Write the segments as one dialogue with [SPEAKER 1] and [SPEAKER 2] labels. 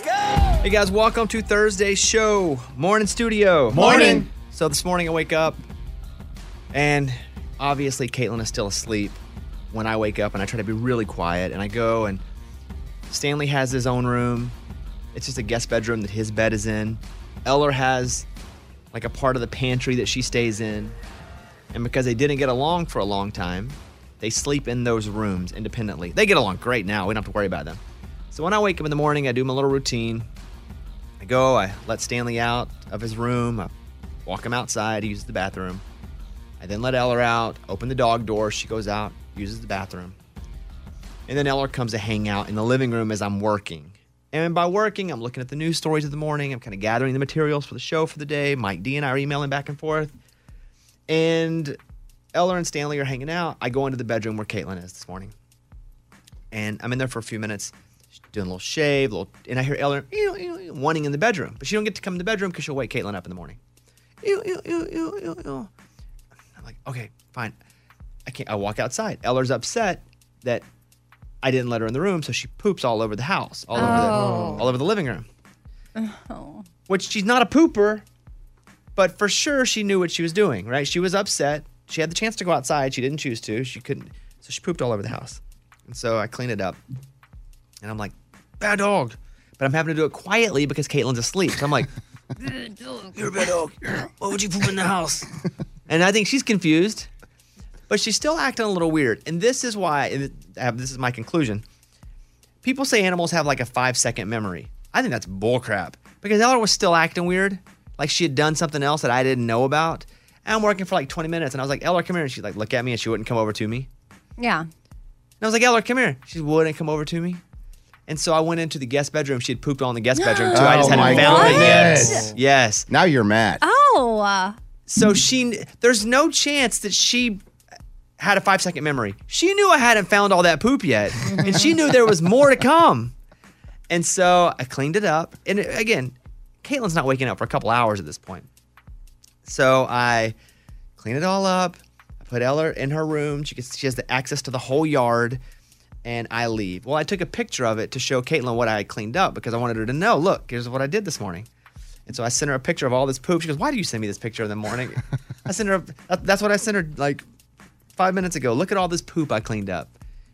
[SPEAKER 1] Hey guys, welcome to Thursday's show, morning studio.
[SPEAKER 2] Morning.
[SPEAKER 1] So this morning I wake up, and obviously Caitlin is still asleep when I wake up, and I try to be really quiet, and I go and Stanley has his own room. It's just a guest bedroom that his bed is in. Eller has like a part of the pantry that she stays in. And because they didn't get along for a long time, they sleep in those rooms independently. They get along great now. We don't have to worry about them. So when I wake up in the morning, I do my little routine. I go, I let Stanley out of his room, I walk him outside, he uses the bathroom. I then let Eller out, open the dog door, she goes out, uses the bathroom. And then Eller comes to hang out in the living room as I'm working. And by working, I'm looking at the news stories of the morning, I'm kind of gathering the materials for the show for the day. Mike D and I are emailing back and forth. And Eller and Stanley are hanging out. I go into the bedroom where Caitlin is this morning. And I'm in there for a few minutes, She's doing a little shave, little, and I hear Eller ew, ew, ew, whining in the bedroom. But she don't get to come in the bedroom because she'll wake Caitlin up in the morning. Ew, ew, ew, ew, ew, ew. I'm like, okay, fine. I can't. I walk outside. Eller's upset that I didn't let her in the room, so she poops all over the house, all over
[SPEAKER 3] Oh.
[SPEAKER 1] the, all over the living room. Which she's not a pooper, but for sure she knew what she was doing. Right? She was upset. She had the chance to go outside. She didn't choose to. She couldn't. So she pooped all over the house. And so I cleaned it up, and I'm like, bad dog. But I'm having to do it quietly because Caitlin's asleep. So I'm like, You're a bad dog. Why would you poop in the house? and I think she's confused, but she's still acting a little weird. And this is why and I have- this is my conclusion. People say animals have like a five second memory. I think that's bullcrap because Ella was still acting weird, like she had done something else that I didn't know about. And I'm working for like 20 minutes, and I was like, Ella, come here. And she'd like look at me, and she wouldn't come over to me.
[SPEAKER 3] Yeah.
[SPEAKER 1] And I was like, Eller, come here. She wouldn't come over to me. And so I went into the guest bedroom. She had pooped all in the guest bedroom too. I just
[SPEAKER 2] Oh my
[SPEAKER 1] hadn't found it
[SPEAKER 2] goodness.
[SPEAKER 1] yet. Yes.
[SPEAKER 2] Now you're mad.
[SPEAKER 3] Oh. uh,
[SPEAKER 1] So she, there's no chance that she had a five second memory. She knew I hadn't found all that poop yet, and she knew there was more to come. And so I cleaned it up. And again, Caitlin's not waking up for a couple hours at this point. So I clean it all up. I put Eller in her room. She gets, she has the access to the whole yard, and I leave. Well, I took a picture of it to show Caitlin what I had cleaned up because I wanted her to know. Look, here's what I did this morning. And so I sent her a picture of all this poop. She goes, "Why do you send me this picture in the morning?" I sent her. a- That's what I sent her like five minutes ago. Look at all this poop I cleaned up.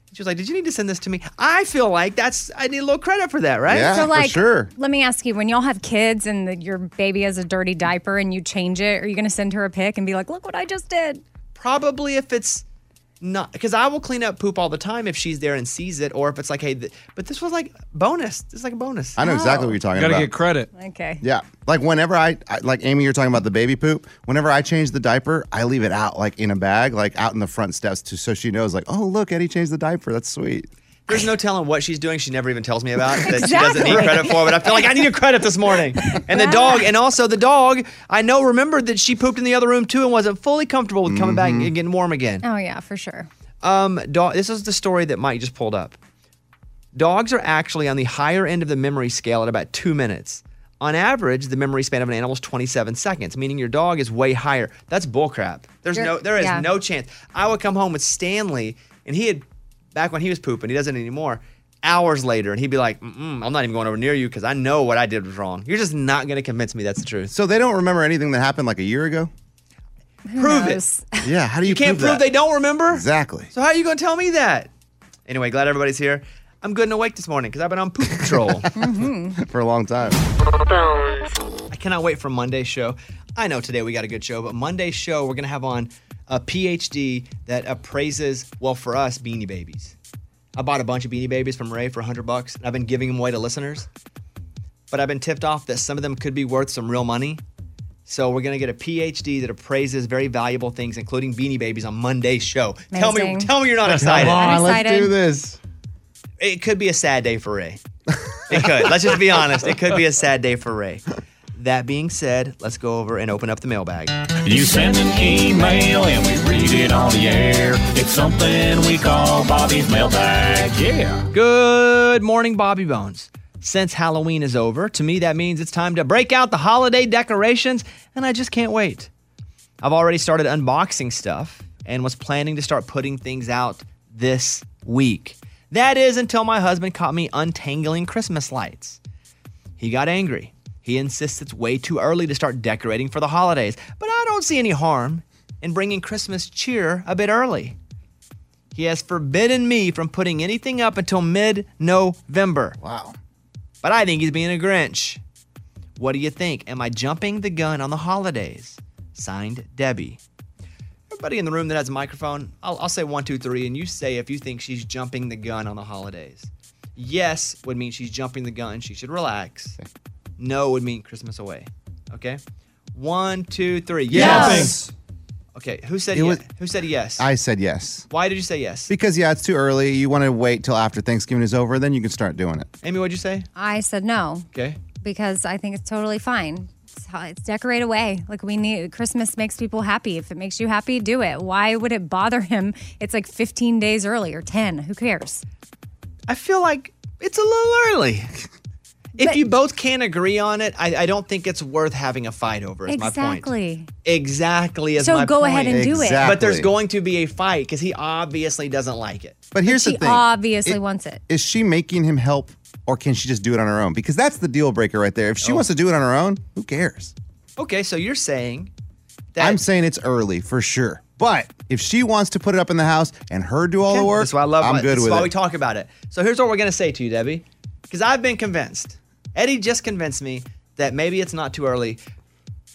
[SPEAKER 1] And She was like, "Did you need to send this to me?" I feel like that's I need a little credit for that, right?
[SPEAKER 2] Yeah,
[SPEAKER 3] so
[SPEAKER 2] for
[SPEAKER 3] like,
[SPEAKER 2] sure.
[SPEAKER 3] let me ask you: When y'all have kids and the, your baby has a dirty diaper and you change it, are you going to send her a pic and be like, "Look what I just did"?
[SPEAKER 1] probably if it's not because I will clean up poop all the time if she's there and sees it, or if it's like, hey, th- but this was like bonus. This is like a bonus.
[SPEAKER 2] I know exactly
[SPEAKER 1] Oh.
[SPEAKER 2] what you're talking
[SPEAKER 4] Gotta
[SPEAKER 2] about.
[SPEAKER 4] get credit.
[SPEAKER 3] Okay.
[SPEAKER 2] yeah, like whenever I, I like Amy, you're talking about the baby poop. Whenever I change the diaper, I leave it out like in a bag, like out in the front steps, to so she knows, like, oh look, Eddie changed the diaper. That's sweet.
[SPEAKER 1] There's no telling what she's doing. She never even tells me about that she doesn't
[SPEAKER 3] Exactly.
[SPEAKER 1] need credit for. But I feel like I need a credit this morning. And the dog, and also the dog, I know remembered that she pooped in the other room too and wasn't fully comfortable with coming back and getting warm again.
[SPEAKER 3] Oh yeah, for sure.
[SPEAKER 1] Um, dog. This is the story that Mike just pulled up. Dogs are actually on the higher end of the memory scale at about two minutes. On average, the memory span of an animal is 27 seconds, meaning your dog is way higher. That's bullcrap. There's
[SPEAKER 3] You're-
[SPEAKER 1] no, there is
[SPEAKER 3] yeah.
[SPEAKER 1] no chance. I would come home with Stanley, and he had back when he was pooping. He doesn't anymore. Hours later, and he'd be like, Mm-mm, "I'm not even going over near you because I know what I did was wrong. You're just not going to convince me that's the truth.
[SPEAKER 2] So they don't remember anything that happened like a year ago.
[SPEAKER 1] prove
[SPEAKER 3] knows?
[SPEAKER 1] it.
[SPEAKER 2] Yeah, how do you,
[SPEAKER 1] You can't prove
[SPEAKER 2] that?
[SPEAKER 1] they don't remember.
[SPEAKER 2] exactly?
[SPEAKER 1] So how are you gonna tell me that? Anyway, glad everybody's here. I'm good and awake this morning because I've been on poop patrol.
[SPEAKER 2] for a long time.
[SPEAKER 1] I cannot wait for Monday's show. I know today we got a good show, but Monday's show we're gonna have on a PhD that appraises, well, for us, Beanie Babies. I bought a bunch of Beanie Babies from Ray for 100 bucks, and I've been giving them away to listeners. But I've been tipped off that some of them could be worth some real money. So we're gonna get a PhD that appraises very valuable things, including Beanie Babies, on Monday's show. Tell me,
[SPEAKER 3] Amazing.
[SPEAKER 1] tell me you're not excited.
[SPEAKER 2] on, let's
[SPEAKER 3] excited.
[SPEAKER 2] do this.
[SPEAKER 1] it could be a sad day for Ray. It could. let's just be honest. It could be a sad day for Ray. That being said, let's go over and open up the mailbag.
[SPEAKER 5] You send an email and we read it on the air. It's something we call Bobby's mailbag. Yeah.
[SPEAKER 1] Good morning, Bobby Bones. Since Halloween is over, to me that means it's time to break out the holiday decorations, and I just can't wait. I've already started unboxing stuff and was planning to start putting things out this week. That is until my husband caught me untangling Christmas lights. He got angry. He insists it's way too early to start decorating for the holidays, but I don't see any harm in bringing Christmas cheer a bit early. He has forbidden me from putting anything up until mid November.
[SPEAKER 2] Wow.
[SPEAKER 1] But I think he's being a Grinch. What do you think? Am I jumping the gun on the holidays? Signed, Debbie. Everybody in the room that has a microphone, I'll, I'll say one, two, three, and you say if you think she's jumping the gun on the holidays. Yes would mean she's jumping the gun. She should relax. No would mean Christmas away. Okay? One, two, three. Yes. Okay. Who said
[SPEAKER 2] It
[SPEAKER 1] yes?
[SPEAKER 2] was-
[SPEAKER 1] Who said yes?
[SPEAKER 2] I said yes.
[SPEAKER 1] Why did you say yes?
[SPEAKER 2] Because yeah, it's too early. You want to wait till after Thanksgiving is over, then you can start doing it.
[SPEAKER 1] Amy, what'd you say?
[SPEAKER 3] I said no
[SPEAKER 1] Okay.
[SPEAKER 3] because I think it's totally fine. It's, ho- it's decorate away. Like we need Christmas makes people happy. If it makes you happy, do it. Why would it bother him? It's like 15 days early or 10. Who cares?
[SPEAKER 1] I feel like it's a little early. if
[SPEAKER 3] But-
[SPEAKER 1] you both can't agree on it, I, I don't think it's worth having a fight over. Is my point.
[SPEAKER 3] Exactly.
[SPEAKER 1] Exactly. Is
[SPEAKER 3] So
[SPEAKER 1] my
[SPEAKER 3] go
[SPEAKER 1] point.
[SPEAKER 3] ahead and do it.
[SPEAKER 2] Exactly.
[SPEAKER 1] But there's going to be a fight because he obviously doesn't like it.
[SPEAKER 2] But here's
[SPEAKER 3] She
[SPEAKER 2] the thing.
[SPEAKER 3] obviously
[SPEAKER 2] It-
[SPEAKER 3] wants it.
[SPEAKER 2] Is she making him help or can she just do it on her own? Because that's the deal breaker right there. If she wants to do it on her own, who cares?
[SPEAKER 1] Oh. Okay, so you're saying that
[SPEAKER 2] I'm saying it's early for sure. But if she wants to put it up in the house and her do all the work,
[SPEAKER 1] That's why I love.
[SPEAKER 2] I'm
[SPEAKER 1] my-
[SPEAKER 2] good
[SPEAKER 1] that's
[SPEAKER 2] with
[SPEAKER 1] why
[SPEAKER 2] it.
[SPEAKER 1] we talk about it. So here's what we're gonna say to you, Debbie, because I've been convinced. Eddie just convinced me that maybe it's not too early,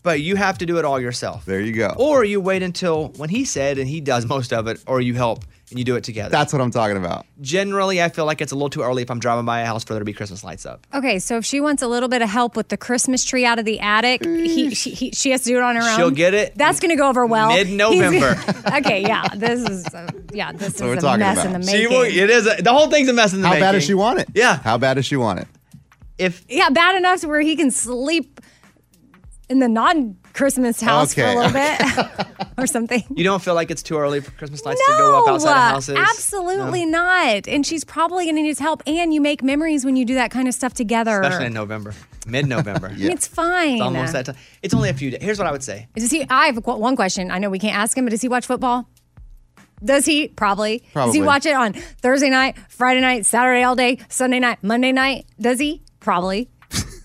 [SPEAKER 1] but you have to do it all yourself.
[SPEAKER 2] There you go.
[SPEAKER 1] Or you wait until when he said and he does most of it, or you help and you do it together.
[SPEAKER 2] that's what I'm talking about.
[SPEAKER 1] Generally, I feel like it's a little too early if I'm driving by a house for there to be Christmas lights up.
[SPEAKER 3] Okay, so if she wants a little bit of help with the Christmas tree out of the attic, he, she, he, she has to do it on her own.
[SPEAKER 1] She'll get it
[SPEAKER 3] That's going to go over well.
[SPEAKER 1] mid-November.
[SPEAKER 3] He's- okay, yeah, this is uh, yeah, this
[SPEAKER 2] we're
[SPEAKER 3] is a
[SPEAKER 2] talking
[SPEAKER 3] mess
[SPEAKER 2] about.
[SPEAKER 3] in the making.
[SPEAKER 1] She will, it is a, the whole thing's a mess in the
[SPEAKER 2] How
[SPEAKER 1] making.
[SPEAKER 2] bad does she want it?
[SPEAKER 1] Yeah.
[SPEAKER 2] How bad does she want it?
[SPEAKER 1] If
[SPEAKER 3] yeah, bad enough to where he can sleep in the non-Christmas house
[SPEAKER 2] Okay,
[SPEAKER 3] for a little bit or something.
[SPEAKER 1] you don't feel like it's too early for Christmas lights to go up outside of houses,
[SPEAKER 3] absolutely not. And she's probably going to need help. And you make memories when you do that kind of stuff together.
[SPEAKER 1] especially in November, mid-November.
[SPEAKER 3] I mean, It's fine.
[SPEAKER 1] It's almost that time. It's only a few days. Here's what I would say.
[SPEAKER 3] Does he? I have a qu- one question. I know we can't ask him, but does he watch football? Does he? Probably. Does
[SPEAKER 2] Probably.
[SPEAKER 3] he watch it on Thursday night, Friday night, Saturday all day, Sunday night, Monday night? Does he? Probably.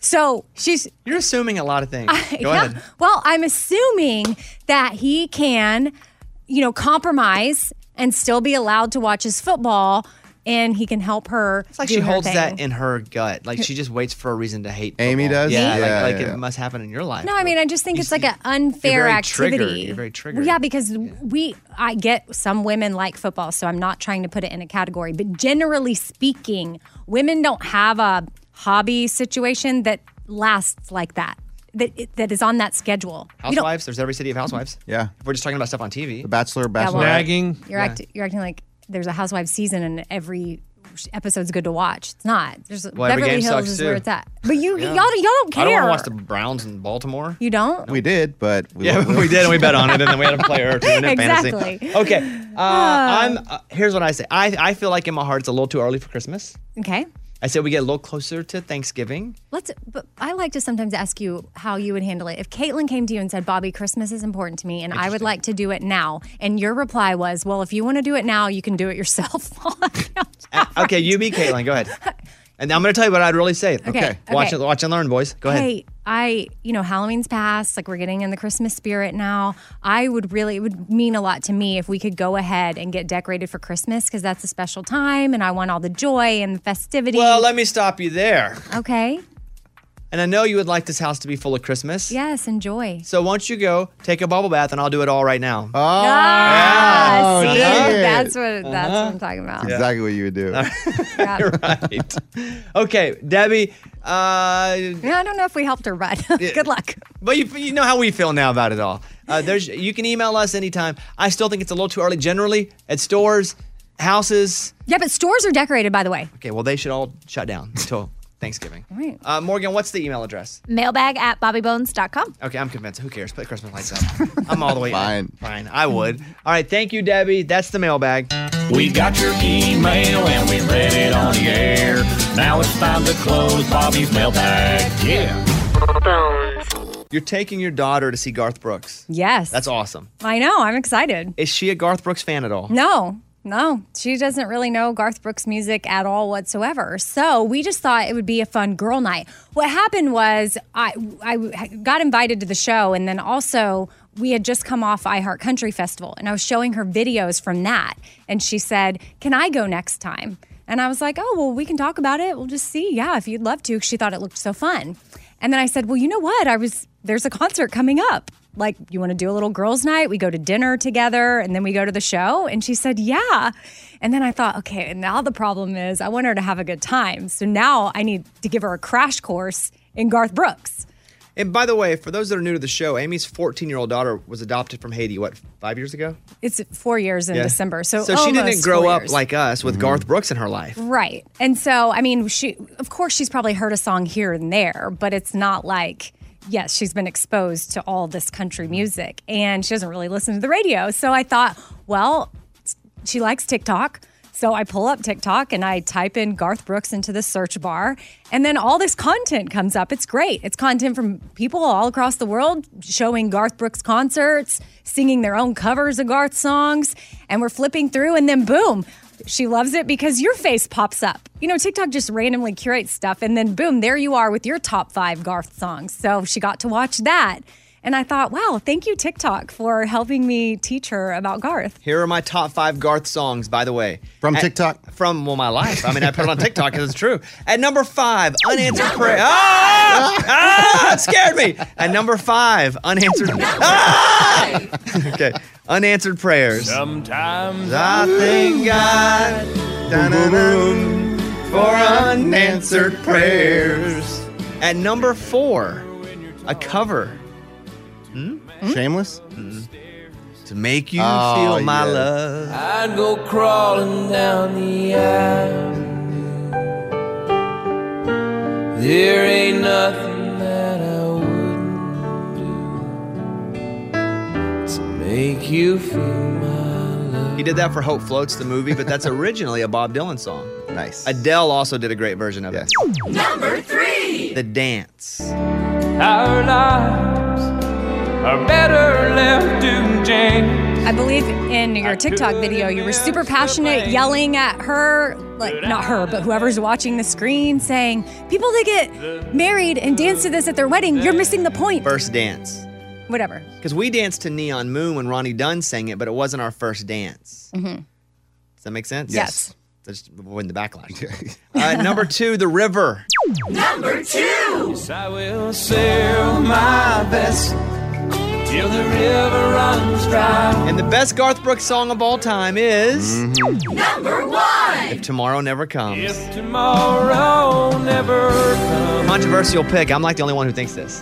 [SPEAKER 3] so she's.
[SPEAKER 1] You're assuming a lot of things. Go
[SPEAKER 3] yeah.
[SPEAKER 1] ahead.
[SPEAKER 3] Well, I'm assuming that he can, you know, compromise and still be allowed to watch his football, and he can help her.
[SPEAKER 1] It's like
[SPEAKER 3] do
[SPEAKER 1] she
[SPEAKER 3] her
[SPEAKER 1] holds
[SPEAKER 3] thing.
[SPEAKER 1] that in her gut. Like she just waits for a reason to hate.
[SPEAKER 2] Amy
[SPEAKER 1] football.
[SPEAKER 2] does?
[SPEAKER 1] Yeah,
[SPEAKER 2] Yeah,
[SPEAKER 1] like, like
[SPEAKER 2] yeah.
[SPEAKER 1] it must happen in your life.
[SPEAKER 3] No, I mean, I just think it's like an unfair
[SPEAKER 1] very
[SPEAKER 3] activity.
[SPEAKER 1] triggered. You're very triggered.
[SPEAKER 3] Yeah, because we, I get some women like football, so I'm not trying to put it in a category. But generally speaking, women don't have a hobby situation that lasts like that. That that is on that schedule. You don't-
[SPEAKER 1] housewives. There's every city of housewives.
[SPEAKER 2] Yeah.
[SPEAKER 1] If we're just talking about stuff on TV.
[SPEAKER 2] Bachelor,
[SPEAKER 3] Yeah, well,
[SPEAKER 2] bachelor.
[SPEAKER 5] Nagging.
[SPEAKER 3] You're act, you're acting like there's a housewives season and every episode's good to watch. It's not. There's
[SPEAKER 1] every
[SPEAKER 3] Beverly
[SPEAKER 1] game
[SPEAKER 3] Hills
[SPEAKER 1] sucks
[SPEAKER 3] is
[SPEAKER 1] too.
[SPEAKER 3] where it's at. But you y'all, y'all don't
[SPEAKER 1] I
[SPEAKER 3] care.
[SPEAKER 1] don't want to watch the Browns in Baltimore.
[SPEAKER 3] you don't.
[SPEAKER 2] we did, but we
[SPEAKER 1] Yeah, we did, and we bet on it, and then we had a player or two in fantasy.
[SPEAKER 3] Exactly. Ah.
[SPEAKER 1] Okay, uh, I'm. Uh, here's what I say. I I feel like in my heart it's a little too early for Christmas.
[SPEAKER 3] okay.
[SPEAKER 1] I say we get a little closer to Thanksgiving.
[SPEAKER 3] Let's. But I like to sometimes ask you how you would handle it. If Caitlin came to you and said, "Bobby, Christmas is important to me, and I would like to do it now," and your reply was, "Well, if you want to do it now, you can do it yourself."
[SPEAKER 1] Uh, okay, you be Caitlin. Go ahead. And I'm going to tell you what I'd really say. Okay.
[SPEAKER 3] okay.
[SPEAKER 1] Watch and watch and learn, boys. Go ahead.
[SPEAKER 3] Hey, I, you know, Halloween's past. Like we're getting in the Christmas spirit now. I would really, it would mean a lot to me if we could go ahead and get decorated for Christmas because that's a special time, and I want all the joy and the festivity.
[SPEAKER 1] Well, let me stop you there.
[SPEAKER 3] okay.
[SPEAKER 1] And I know you would like this house to be full of Christmas.
[SPEAKER 3] Yes, enjoy.
[SPEAKER 1] So once you go, take a bubble bath, and I'll do it all right now.
[SPEAKER 2] Oh,
[SPEAKER 3] Ah,
[SPEAKER 1] Oh,
[SPEAKER 3] see,
[SPEAKER 2] dang it.
[SPEAKER 3] that's what that's what
[SPEAKER 1] Uh-huh.
[SPEAKER 3] I'm talking about.
[SPEAKER 2] exactly what you would do.
[SPEAKER 3] Yeah.
[SPEAKER 1] right. Okay, Debbie. Uh,
[SPEAKER 3] Yeah, I don't know if we helped her, but good luck.
[SPEAKER 1] But you, you know how we feel now about it all. Uh, there's you can email us anytime. I still think it's a little too early. Generally at stores, houses.
[SPEAKER 3] Yeah, but stores are decorated, by the way.
[SPEAKER 1] Okay, well they should all shut down until Thanksgiving.
[SPEAKER 3] Right.
[SPEAKER 1] Uh, Morgan, what's the email address?
[SPEAKER 4] Mailbag at bobbybones.com.
[SPEAKER 1] Okay, I'm convinced. Who cares? Put Christmas lights up. I'm all the way in.
[SPEAKER 2] Fine.
[SPEAKER 1] Fine. I would. All right. Thank you, Debbie. That's the mailbag.
[SPEAKER 5] We got your email and we read it on the air. Now it's time to close Bobby's mailbag. Yeah.
[SPEAKER 1] You're taking your daughter to see Garth Brooks.
[SPEAKER 3] Yes.
[SPEAKER 1] That's awesome.
[SPEAKER 3] I know. I'm excited.
[SPEAKER 1] Is she a Garth Brooks fan at all?
[SPEAKER 3] No, No, she doesn't really know Garth Brooks music at all whatsoever. So we just thought it would be a fun girl night. What happened was I I got invited to the show, and then also we had just come off I Heart Country Festival, and I was showing her videos from that, and she said, "Can I go next time?" And I was like, "Oh well, we can talk about it. We'll just see. Yeah, if you'd love to." 'cause She thought it looked so fun, and then I said, "Well, you know what? I was there's a concert coming up." like you want to do a little girls night we go to dinner together and then we go to the show and she said yeah and then i thought okay and now the problem is i want her to have a good time so now i need to give her a crash course in garth brooks
[SPEAKER 1] And by the way, for those that are new to the show, Amy's 14 year old daughter was adopted from Haiti, what, five years ago?
[SPEAKER 3] it's four years in
[SPEAKER 1] Yeah.
[SPEAKER 3] december so,
[SPEAKER 1] so she didn't
[SPEAKER 3] almost
[SPEAKER 1] grow
[SPEAKER 3] four
[SPEAKER 1] up
[SPEAKER 3] years.
[SPEAKER 1] like us with Garth Brooks in her life.
[SPEAKER 3] right and so i mean she of course she's probably heard a song here and there but it's not like yes she's been exposed to all this country music and she doesn't really listen to the radio so i thought well she likes TikTok. So I pull up TikTok and I type in Garth Brooks into the search bar. And then all this content comes up. It's great. It's content from people all across the world showing Garth Brooks concerts, singing their own covers of Garth songs. And we're flipping through, and then boom, she loves it because your face pops up. You know, TikTok just randomly curates stuff. And then boom, there you are with your top five Garth songs. So she got to watch that. And I thought, wow, thank you, TikTok, for helping me teach her about Garth.
[SPEAKER 1] Here are my top five Garth songs, by the way.
[SPEAKER 2] From
[SPEAKER 1] At-
[SPEAKER 2] TikTok?
[SPEAKER 1] From, well, my life. I mean, I put it on TikTok because it's true. At number five, Unanswered Prayer. Ah! Ah! It scared me. At number five, Unanswered Ah! Okay. Unanswered Prayers.
[SPEAKER 5] Sometimes
[SPEAKER 1] I thank God for unanswered prayers. At number four, a cover Hmm?
[SPEAKER 2] Shameless.
[SPEAKER 1] to make you
[SPEAKER 2] Oh,
[SPEAKER 1] feel my
[SPEAKER 2] yes.
[SPEAKER 1] love.
[SPEAKER 6] I'd go crawling down the aisle. There ain't nothing that I wouldn't do to make you feel my love.
[SPEAKER 1] He did that for Hope Floats, the movie, but that's originally a Bob Dylan song.
[SPEAKER 2] Nice.
[SPEAKER 1] Adele also did a great version of
[SPEAKER 2] Yes.
[SPEAKER 1] it. Number three, The Dance.
[SPEAKER 6] Our lives are better left to chance.
[SPEAKER 3] I believe in your TikTok video, you were super passionate, yelling at her, like not her, but whoever's watching the screen, saying, "People that get married and dance to this at their wedding, you're missing the point."
[SPEAKER 1] First dance.
[SPEAKER 3] Whatever.
[SPEAKER 1] Because we danced to Neon Moon when Ronnie Dunn sang it, but it wasn't our first dance. Does that make sense?
[SPEAKER 3] Yes.
[SPEAKER 1] So just avoiding the backlash. uh, number two, The River.
[SPEAKER 6] I will sail my vessel till the river runs dry.
[SPEAKER 1] And the best Garth Brooks song of all time is number
[SPEAKER 6] Mm-hmm.
[SPEAKER 1] one. If tomorrow never comes,
[SPEAKER 6] If tomorrow never comes.
[SPEAKER 1] controversial pick. I'm like the only one who thinks this.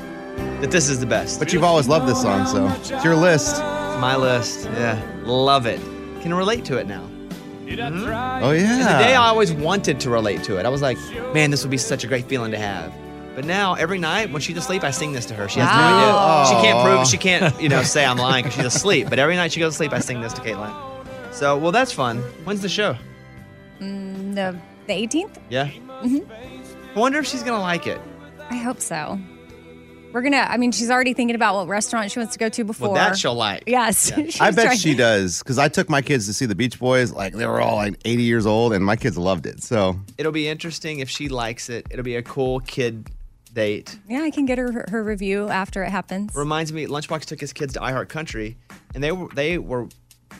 [SPEAKER 1] That this is the best.
[SPEAKER 2] But you've always loved this song, so it's your list.
[SPEAKER 1] It's my list. Yeah, love it. Can relate to it now.
[SPEAKER 6] Hmm?
[SPEAKER 2] Oh yeah.
[SPEAKER 1] The day I always wanted to relate to it. I was like, man, this would be such a great feeling to have. But now every night when she's asleep, I sing this to her. She has
[SPEAKER 2] Wow.
[SPEAKER 1] no idea. She can't
[SPEAKER 2] Aw.
[SPEAKER 1] prove. She can't, you know, say I'm lying because she's asleep. But every night she goes to sleep, I sing this to Caitlin. So, well, that's fun. When's the show?
[SPEAKER 3] Mm, The the 18th.
[SPEAKER 1] Yeah. I wonder if she's gonna like it.
[SPEAKER 3] I hope so. We're gonna. I mean, she's already thinking about what restaurant she wants to go to before.
[SPEAKER 1] Well, that she'll like.
[SPEAKER 3] Yes.
[SPEAKER 2] I
[SPEAKER 3] she's
[SPEAKER 2] bet
[SPEAKER 3] trying-
[SPEAKER 2] she does because I took my kids to see the Beach Boys. Like they were all like 80 years old, and my kids loved it. So
[SPEAKER 1] It'll be interesting if she likes it. It'll be a cool kid date.
[SPEAKER 3] Yeah, I can get her her review after it happens.
[SPEAKER 1] Reminds me, Lunchbox took his kids to iHeart Country, and they were they were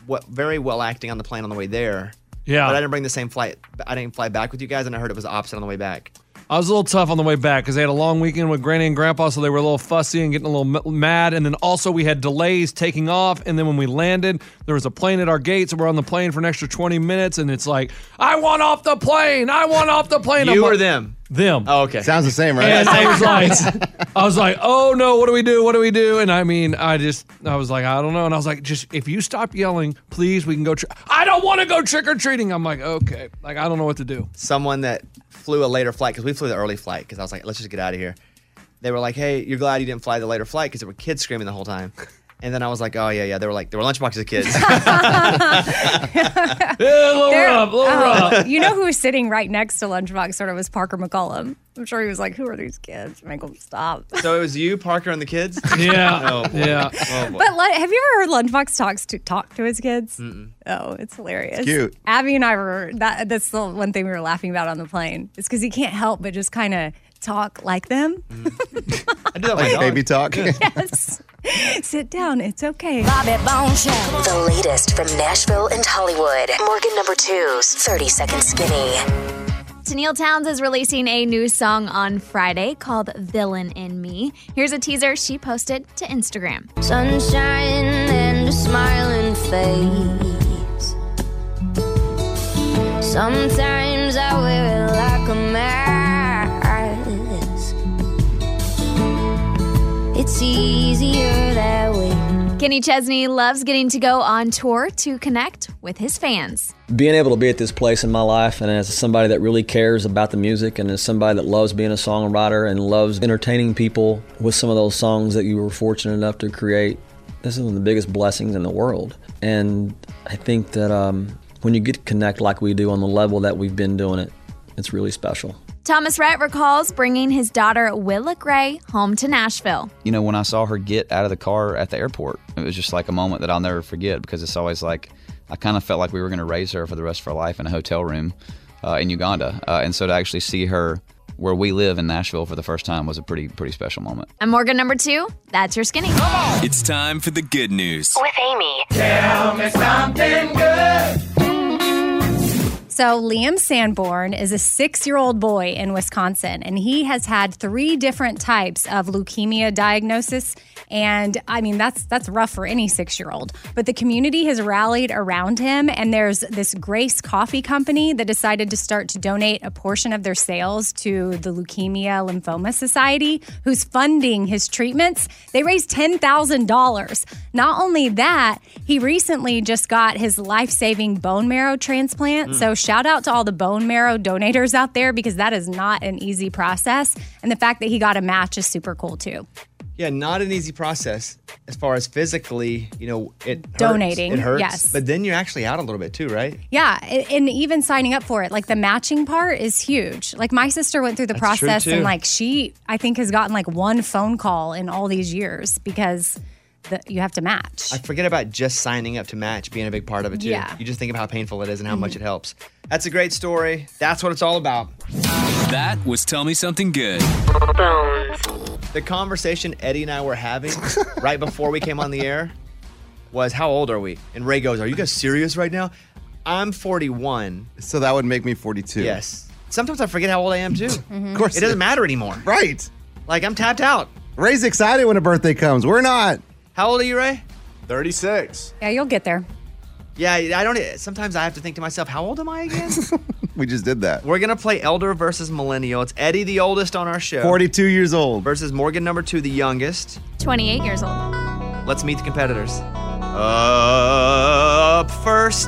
[SPEAKER 1] what very well acting on the plane on the way there.
[SPEAKER 7] Yeah.
[SPEAKER 1] but I didn't bring the same flight. I didn't fly back with you guys, and I heard it was the opposite on the way back.
[SPEAKER 7] I was a little tough on the way back because they had a long weekend with Granny and Grandpa, so they were a little fussy and getting a little m- mad. And then also we had delays taking off, and then when we landed, there was a plane at our gate, so we're on the plane for an extra 20 minutes, and it's like, I want off the plane, I want off the plane. I'm
[SPEAKER 1] you
[SPEAKER 7] like-
[SPEAKER 1] or them?
[SPEAKER 7] Them.
[SPEAKER 1] Oh, okay.
[SPEAKER 2] sounds the same, right?
[SPEAKER 7] And I was like, I was like, oh no, what do we do? What do we do? And I mean, I just, I was like, I don't know. And I was like, just if you stop yelling, please, we can go. Tr- I don't want to go trick or treating. I'm like, okay, like I don't know what to do.
[SPEAKER 1] Someone that flew a later flight because we flew the early flight because I was like, let's just get out of here. They were like, hey, you're glad you didn't fly the later flight because there were kids screaming the whole time. And then I was like, oh yeah, yeah. They were like, they were lunchboxes of kids.
[SPEAKER 7] Yeah, lower
[SPEAKER 3] There-
[SPEAKER 7] up, lower
[SPEAKER 3] oh,
[SPEAKER 7] up.
[SPEAKER 3] you know who was sitting right next to Lunchbox sort of was Parker McCollum. I'm sure he was like, who are these kids? Make them stop.
[SPEAKER 1] so it was you, Parker, and the kids.
[SPEAKER 7] Yeah,
[SPEAKER 1] Oh, boy.
[SPEAKER 7] yeah.
[SPEAKER 1] Oh, boy.
[SPEAKER 3] But Lun- have you ever heard Lunchbox talks to talk to his kids? Oh, it's hilarious.
[SPEAKER 2] cute.
[SPEAKER 3] Abby and I were that. That's the one thing we were laughing about on the plane. It's because he can't help but just kind of talk like them.
[SPEAKER 1] I do that with my dog.
[SPEAKER 2] Baby talk.
[SPEAKER 3] Yes. Sit down. It's okay.
[SPEAKER 4] Bobby Bone Show.
[SPEAKER 8] The latest from Nashville and Hollywood. Morgan number two's 30 Second Skinny.
[SPEAKER 4] Tennille Towns is releasing a new song on Friday called Villain in Me. Here's a teaser she posted to Instagram.
[SPEAKER 9] Sunshine and a smiling face. Sometimes I wear it like a mask. It's easier that way.
[SPEAKER 4] Kenny Chesney loves getting to go on tour to connect with his fans.
[SPEAKER 10] being able to be at this place in my life and as somebody that really cares about the music and as somebody that loves being a songwriter and loves entertaining people with some of those songs that you were fortunate enough to create this is one of the biggest blessings in the world and i think that um, when you get to connect like we do on the level that we've been doing it it's really special
[SPEAKER 4] Thomas Rhett recalls bringing his daughter Willa Gray home to Nashville.
[SPEAKER 11] you know, when I saw her get out of the car at the airport, it was just like a moment that I'll never forget because it's always like I kind of felt like we were going to raise her for the rest of her life in a hotel room uh, in Uganda, uh, and so to actually see her where we live in Nashville for the first time was a pretty pretty special moment.
[SPEAKER 4] I'm Morgan number two. That's your skinny.
[SPEAKER 5] It's time for the good news.
[SPEAKER 8] With Amy.
[SPEAKER 3] So Liam Sanborn is a six-year-old boy in Wisconsin, and he has had three different types of leukemia diagnosis. And I mean, that's that's rough for any six-year-old. But the community has rallied around him, and there's this Grace Coffee Company that decided to start to donate a portion of their sales to the Leukemia Lymphoma Society, who's funding his treatments. They raised ten thousand dollars. Not only that, he recently just got his life-saving bone marrow transplant. So
[SPEAKER 1] Mm.
[SPEAKER 3] shout out to all the bone marrow donators out there because that is not an easy process, and the fact that he got a match is super cool too.
[SPEAKER 1] Yeah, not an easy process as far as physically, you know, it hurts.
[SPEAKER 3] Donating,
[SPEAKER 1] It hurts.
[SPEAKER 3] yes.
[SPEAKER 1] But then you're actually out a little bit too, right?
[SPEAKER 3] Yeah, a- and even signing up for it, like the matching part is huge. Like my sister went through the
[SPEAKER 1] That's true,
[SPEAKER 3] process
[SPEAKER 1] too.
[SPEAKER 3] and like she I think has gotten like one phone call in all these years because the, you have to match.
[SPEAKER 1] I forget about just signing up to match being a big part of it too.
[SPEAKER 3] Yeah. Mm-hmm.
[SPEAKER 1] You just think of how painful it is and how much it helps. That's a great story. That's what it's all about.
[SPEAKER 5] That was Tell Me Something Good.
[SPEAKER 8] Bones.
[SPEAKER 1] The conversation Eddie and I were having right before we came on the air was how old are we? And Ray goes, Are you guys serious right now? I'm 41.
[SPEAKER 2] so that would make me 42.
[SPEAKER 1] Yes. Sometimes I forget how old I am too.
[SPEAKER 3] Mm-hmm.
[SPEAKER 2] Of course.
[SPEAKER 1] It doesn't matter anymore.
[SPEAKER 2] Right.
[SPEAKER 1] Like I'm tapped out.
[SPEAKER 2] Ray's excited when a birthday comes. We're not.
[SPEAKER 1] How old are you, Ray?
[SPEAKER 12] 36.
[SPEAKER 3] yeah, you'll get there.
[SPEAKER 1] Yeah, I don't. Sometimes I have to think to myself, how old am I again?
[SPEAKER 2] We just did that.
[SPEAKER 1] We're gonna play elder versus millennial. It's Eddie, the oldest on our show,
[SPEAKER 2] 42 years old.
[SPEAKER 1] versus Morgan, number two, the youngest.
[SPEAKER 4] 28 years old.
[SPEAKER 1] Let's meet the competitors. Up first,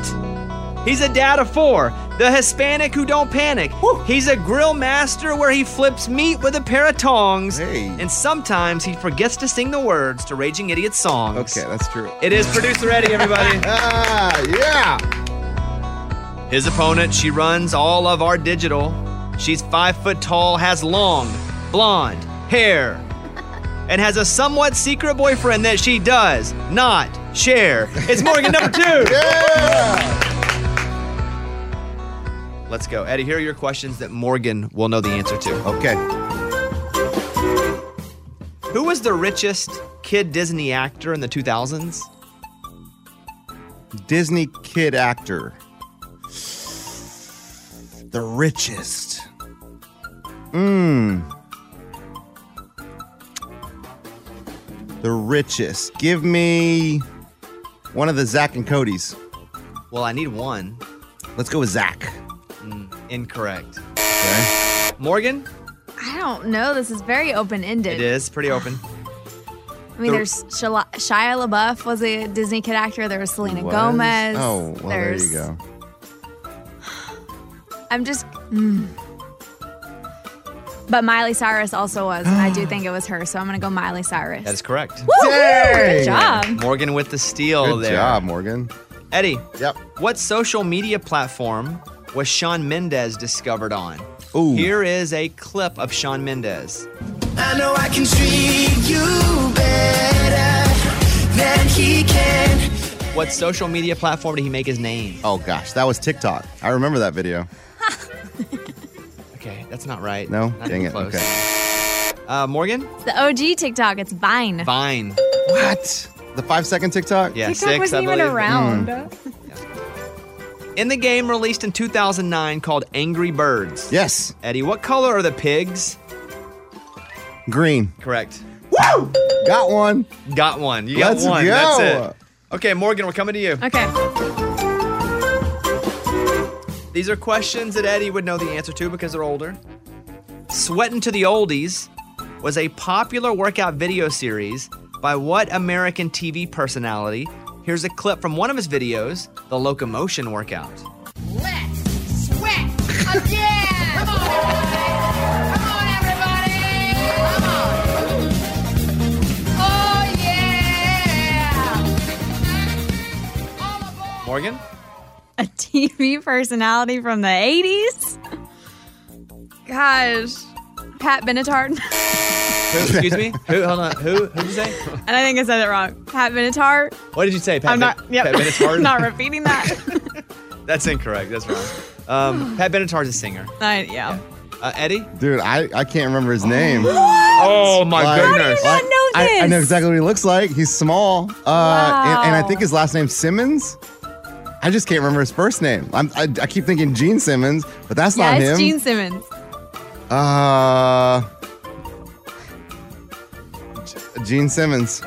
[SPEAKER 1] he's a dad of four, the Hispanic who don't panic. He's a grill master where he flips meat with a pair of tongs,
[SPEAKER 2] Hey.
[SPEAKER 1] and sometimes he forgets to sing the words to Raging Idiot songs.
[SPEAKER 2] Okay, that's true.
[SPEAKER 1] It is producer Eddie, everybody.
[SPEAKER 2] Ah, yeah.
[SPEAKER 1] His opponent, she runs all of our digital. She's five foot tall, has long, blonde hair, and has a somewhat secret boyfriend that she does not share. It's Morgan number two. Let's go. Eddie, here are your questions that Morgan will know the answer to.
[SPEAKER 2] Okay.
[SPEAKER 1] Who was the richest kid Disney actor in the 2000s?
[SPEAKER 2] Disney kid actor. The richest. Mmm. The richest. Give me one of the Zach and Cody's.
[SPEAKER 1] Well, I need one.
[SPEAKER 2] Let's go with Zach.
[SPEAKER 1] Incorrect. Morgan?
[SPEAKER 4] I don't know. This is very open
[SPEAKER 1] It
[SPEAKER 4] ended.
[SPEAKER 1] is pretty open.
[SPEAKER 4] I mean, there's Shia, Shia LaBeouf was a Disney kid actor. There was Selena
[SPEAKER 2] Was?
[SPEAKER 4] Gomez.
[SPEAKER 2] Oh, well,
[SPEAKER 4] there's,
[SPEAKER 2] there you go.
[SPEAKER 4] I'm just. mm. But Miley Cyrus also was, and I do think it was her, so I'm gonna go Miley Cyrus.
[SPEAKER 1] That is correct.
[SPEAKER 4] Woo! Good job.
[SPEAKER 1] Morgan with the steal
[SPEAKER 2] Good
[SPEAKER 1] there.
[SPEAKER 2] job, Morgan.
[SPEAKER 1] Eddie. Yep. What social media platform was Sean Mendez discovered on?
[SPEAKER 2] Ooh.
[SPEAKER 1] Here is a clip of Sean Mendez.
[SPEAKER 6] I know I can treat you better than he can.
[SPEAKER 1] What social media platform did he make his name?
[SPEAKER 2] Oh gosh, that was TikTok. I remember that video.
[SPEAKER 1] Okay, that's not right.
[SPEAKER 2] No,
[SPEAKER 1] Not
[SPEAKER 2] dang
[SPEAKER 1] even
[SPEAKER 2] it.
[SPEAKER 1] close.
[SPEAKER 2] Okay.
[SPEAKER 1] Uh, Morgan?
[SPEAKER 4] It's the OG TikTok. It's Vine.
[SPEAKER 1] Vine.
[SPEAKER 2] What? The five second TikTok?
[SPEAKER 1] Yeah,
[SPEAKER 4] TikTok
[SPEAKER 1] six,
[SPEAKER 4] wasn't
[SPEAKER 1] I
[SPEAKER 4] even
[SPEAKER 1] believe.
[SPEAKER 4] around.
[SPEAKER 1] In the game released in 2009 called Angry Birds.
[SPEAKER 2] Yes.
[SPEAKER 1] Eddie, what color are the pigs?
[SPEAKER 2] Green.
[SPEAKER 1] Correct.
[SPEAKER 2] Woo! Got one.
[SPEAKER 1] Got one. You got
[SPEAKER 2] Let's
[SPEAKER 1] one.
[SPEAKER 2] go.
[SPEAKER 1] That's it. Okay, Morgan, we're coming to you.
[SPEAKER 4] Okay.
[SPEAKER 1] These are questions that Eddie would know the answer to because they're older. Sweatin' to the Oldies was a popular workout video series by what American TV personality? Here's a clip from one of his videos, the locomotion workout.
[SPEAKER 6] Sweat again. Come on, everybody. Come on, everybody. Come on. Oh, yeah.
[SPEAKER 1] Mm. Morgan?
[SPEAKER 4] A TV personality from the 80s. Gosh. Pat Benatar.
[SPEAKER 1] Who, excuse me? Who? Hold on. Who? Who did you say?
[SPEAKER 4] And I think I said it wrong. Pat Benatar.
[SPEAKER 1] What did you say? Pat
[SPEAKER 4] I'm not.
[SPEAKER 1] Ben-
[SPEAKER 4] Yep.
[SPEAKER 1] Pat Benatar?
[SPEAKER 4] not repeating that.
[SPEAKER 1] That's incorrect. That's wrong. Um, Pat Benatar's a singer.
[SPEAKER 4] I, yeah.
[SPEAKER 1] Uh, Eddie?
[SPEAKER 2] Dude, I, I can't remember his name.
[SPEAKER 1] Oh my
[SPEAKER 2] Like-
[SPEAKER 1] goodness!
[SPEAKER 2] like, I, I know
[SPEAKER 1] this?
[SPEAKER 2] exactly what he looks like. He's small. Uh, and, and I
[SPEAKER 4] Wow.
[SPEAKER 2] think his last name's Simmons. I just can't remember his first name. I'm, I, I keep thinking Gene Simmons, but that's
[SPEAKER 4] yeah,
[SPEAKER 2] not
[SPEAKER 4] it's
[SPEAKER 2] him.
[SPEAKER 4] Gene Simmons.
[SPEAKER 2] Uh, G- Gene Simmons.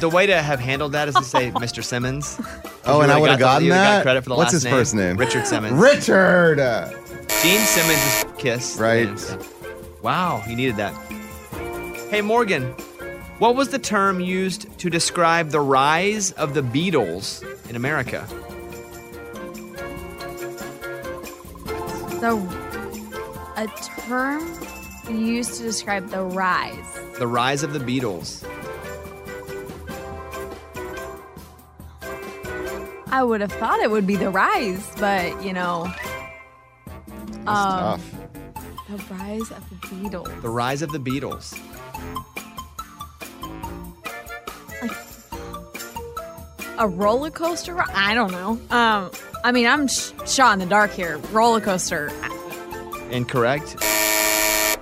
[SPEAKER 1] The way to have handled that is to say Mr. Simmons.
[SPEAKER 2] Oh,
[SPEAKER 1] You
[SPEAKER 2] and I
[SPEAKER 1] would've
[SPEAKER 2] would have
[SPEAKER 1] got
[SPEAKER 2] gotten
[SPEAKER 1] the- you would've got
[SPEAKER 2] that.
[SPEAKER 1] credit for the
[SPEAKER 2] What's
[SPEAKER 1] last
[SPEAKER 2] his
[SPEAKER 1] name.
[SPEAKER 2] first name?
[SPEAKER 1] Richard Simmons.
[SPEAKER 2] Richard. Uh,
[SPEAKER 1] Gene Simmons is Kiss.
[SPEAKER 2] Right.
[SPEAKER 1] And, uh, Wow, he needed that. Hey Morgan, what was the term used to describe the rise of the Beatles in America?
[SPEAKER 4] So, a term used to describe the rise.
[SPEAKER 1] The rise of the Beatles.
[SPEAKER 4] I would have thought it would be the rise, but you know. um, The rise of the Beatles.
[SPEAKER 1] The rise of the Beatles.
[SPEAKER 4] A roller coaster ri- I don't know. Um, I mean, I'm sh- shot in the dark here. Roller coaster.
[SPEAKER 1] Incorrect.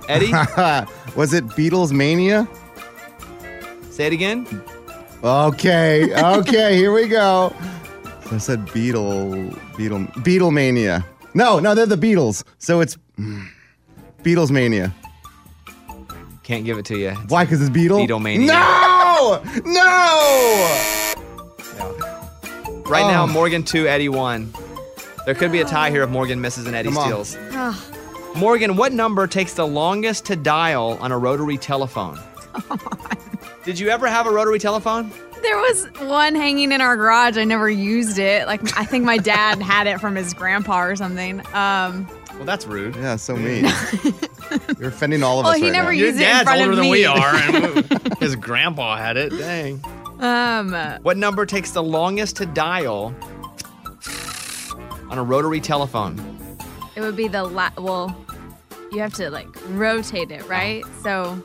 [SPEAKER 1] Eddie,
[SPEAKER 2] was it Beatles Mania?
[SPEAKER 1] say it again.
[SPEAKER 2] Okay, okay, here we go. I said Beetle, Beetle, Beatlemania. No, no, they're the Beatles. So it's mm, Beatles Mania.
[SPEAKER 1] Can't give it to you.
[SPEAKER 2] Why? Because it's Beetle.
[SPEAKER 1] Beatlemania.
[SPEAKER 2] No, no.
[SPEAKER 1] Right now,
[SPEAKER 2] Oh.
[SPEAKER 1] Morgan 2, Eddie 1. There could be a tie here if Morgan misses and Eddie
[SPEAKER 2] Come on.
[SPEAKER 1] steals.
[SPEAKER 6] Ah,
[SPEAKER 1] Morgan, what number takes the longest to dial on a rotary telephone? Did you ever have a rotary telephone?
[SPEAKER 4] There was one hanging in our garage. I never used it. Like I think my dad had it from his grandpa or something. Um,
[SPEAKER 1] Well, that's rude.
[SPEAKER 2] Yeah, so mean. You're offending all of
[SPEAKER 4] Well,
[SPEAKER 2] us
[SPEAKER 4] he
[SPEAKER 2] right
[SPEAKER 4] never
[SPEAKER 2] now.
[SPEAKER 4] used- He's in front of me.
[SPEAKER 1] and his grandpa had it. Dang.
[SPEAKER 4] um, uh,
[SPEAKER 1] What number takes the longest to dial on a rotary telephone?
[SPEAKER 4] it would be the la- well. You have to like rotate it, right?
[SPEAKER 1] Oh.
[SPEAKER 4] So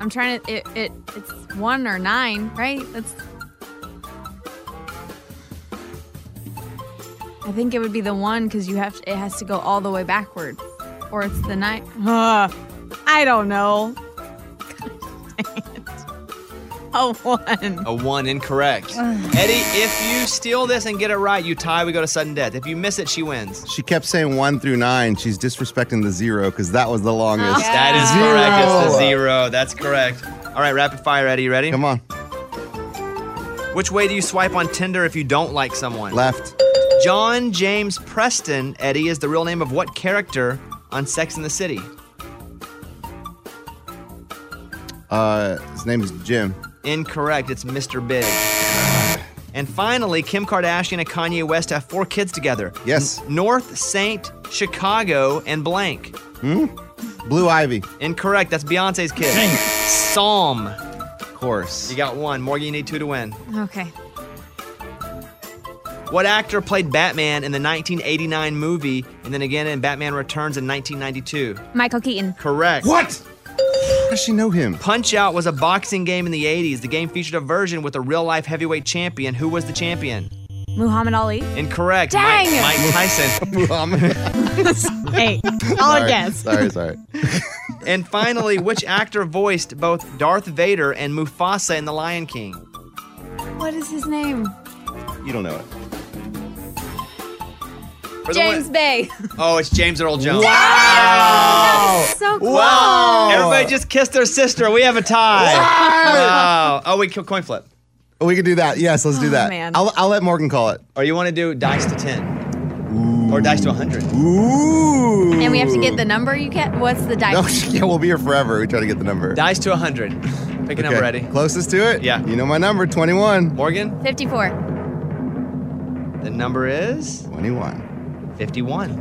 [SPEAKER 4] I'm trying to. It, it it's one or nine, right? That's. I think it would be the one because you have to, it has to go all the way backward, or it's the nine. Ugh, I don't know. Oh, one.
[SPEAKER 1] A one incorrect. Eddie, if you steal this and get it right, you tie, we go to sudden death. If you miss it, she wins.
[SPEAKER 2] She kept saying one through nine. She's disrespecting the zero because that was the longest.
[SPEAKER 1] That is
[SPEAKER 2] Zero.
[SPEAKER 1] correct. It's the zero. That's correct. All right, rapid fire, Eddie. You ready?
[SPEAKER 2] Come on,
[SPEAKER 1] Which way do you swipe on Tinder if you don't like someone?
[SPEAKER 2] left.
[SPEAKER 1] John James Preston, Eddie, is the real name of what character on Sex in the City?
[SPEAKER 2] Uh, his name is Jim.
[SPEAKER 1] Incorrect. It's Mr. Big. And finally, Kim Kardashian and Kanye West have four kids together
[SPEAKER 2] Yes.
[SPEAKER 1] North, Saint, Chicago, and blank.
[SPEAKER 2] Hmm? Blue Ivy.
[SPEAKER 1] Incorrect. That's Beyonce's kid. Psalm. Of course. You got one. Morgan, you need two to win.
[SPEAKER 4] Okay.
[SPEAKER 1] What actor played Batman in the 1989 movie and then again in Batman Returns in 1992?
[SPEAKER 4] Michael Keaton.
[SPEAKER 1] Correct.
[SPEAKER 2] What? How does she know him?
[SPEAKER 1] Punch Out was a boxing game in the 80s. The game featured a version with a real life heavyweight champion. Who was the champion?
[SPEAKER 4] Muhammad Ali.
[SPEAKER 1] Incorrect.
[SPEAKER 4] Dang!
[SPEAKER 1] Mike, Mike Tyson. Muhammad.
[SPEAKER 4] hey,
[SPEAKER 1] I'll guess.
[SPEAKER 2] Sorry, sorry.
[SPEAKER 1] And finally, which actor voiced both Darth Vader and Mufasa in The Lion King?
[SPEAKER 4] What is his name?
[SPEAKER 2] You don't know it.
[SPEAKER 1] For the
[SPEAKER 4] James Bay.
[SPEAKER 1] Oh, it's James Earl Jones. Oh.
[SPEAKER 4] Wow! So close.
[SPEAKER 1] Wow! Everybody just kissed their sister. We have a tie.
[SPEAKER 2] Wow!
[SPEAKER 1] Wow. Oh, we kill coin flip.
[SPEAKER 2] Oh, We could do that. Yes, let's
[SPEAKER 4] Oh,
[SPEAKER 2] do that.
[SPEAKER 1] man.
[SPEAKER 2] I'll, I'll let Morgan call it.
[SPEAKER 1] Or you want to do dice to 10. Or dice to 100.
[SPEAKER 2] Ooh.
[SPEAKER 4] And we have to get the number you get. What's the dice?
[SPEAKER 2] No, yeah, we'll be here forever. We try to get the number.
[SPEAKER 1] Dice to 100. Pick a number, Eddie.
[SPEAKER 2] Closest to it? Yeah. You know my number, 21.
[SPEAKER 1] Morgan?
[SPEAKER 4] 54.
[SPEAKER 1] The number is
[SPEAKER 2] 21.
[SPEAKER 1] 51.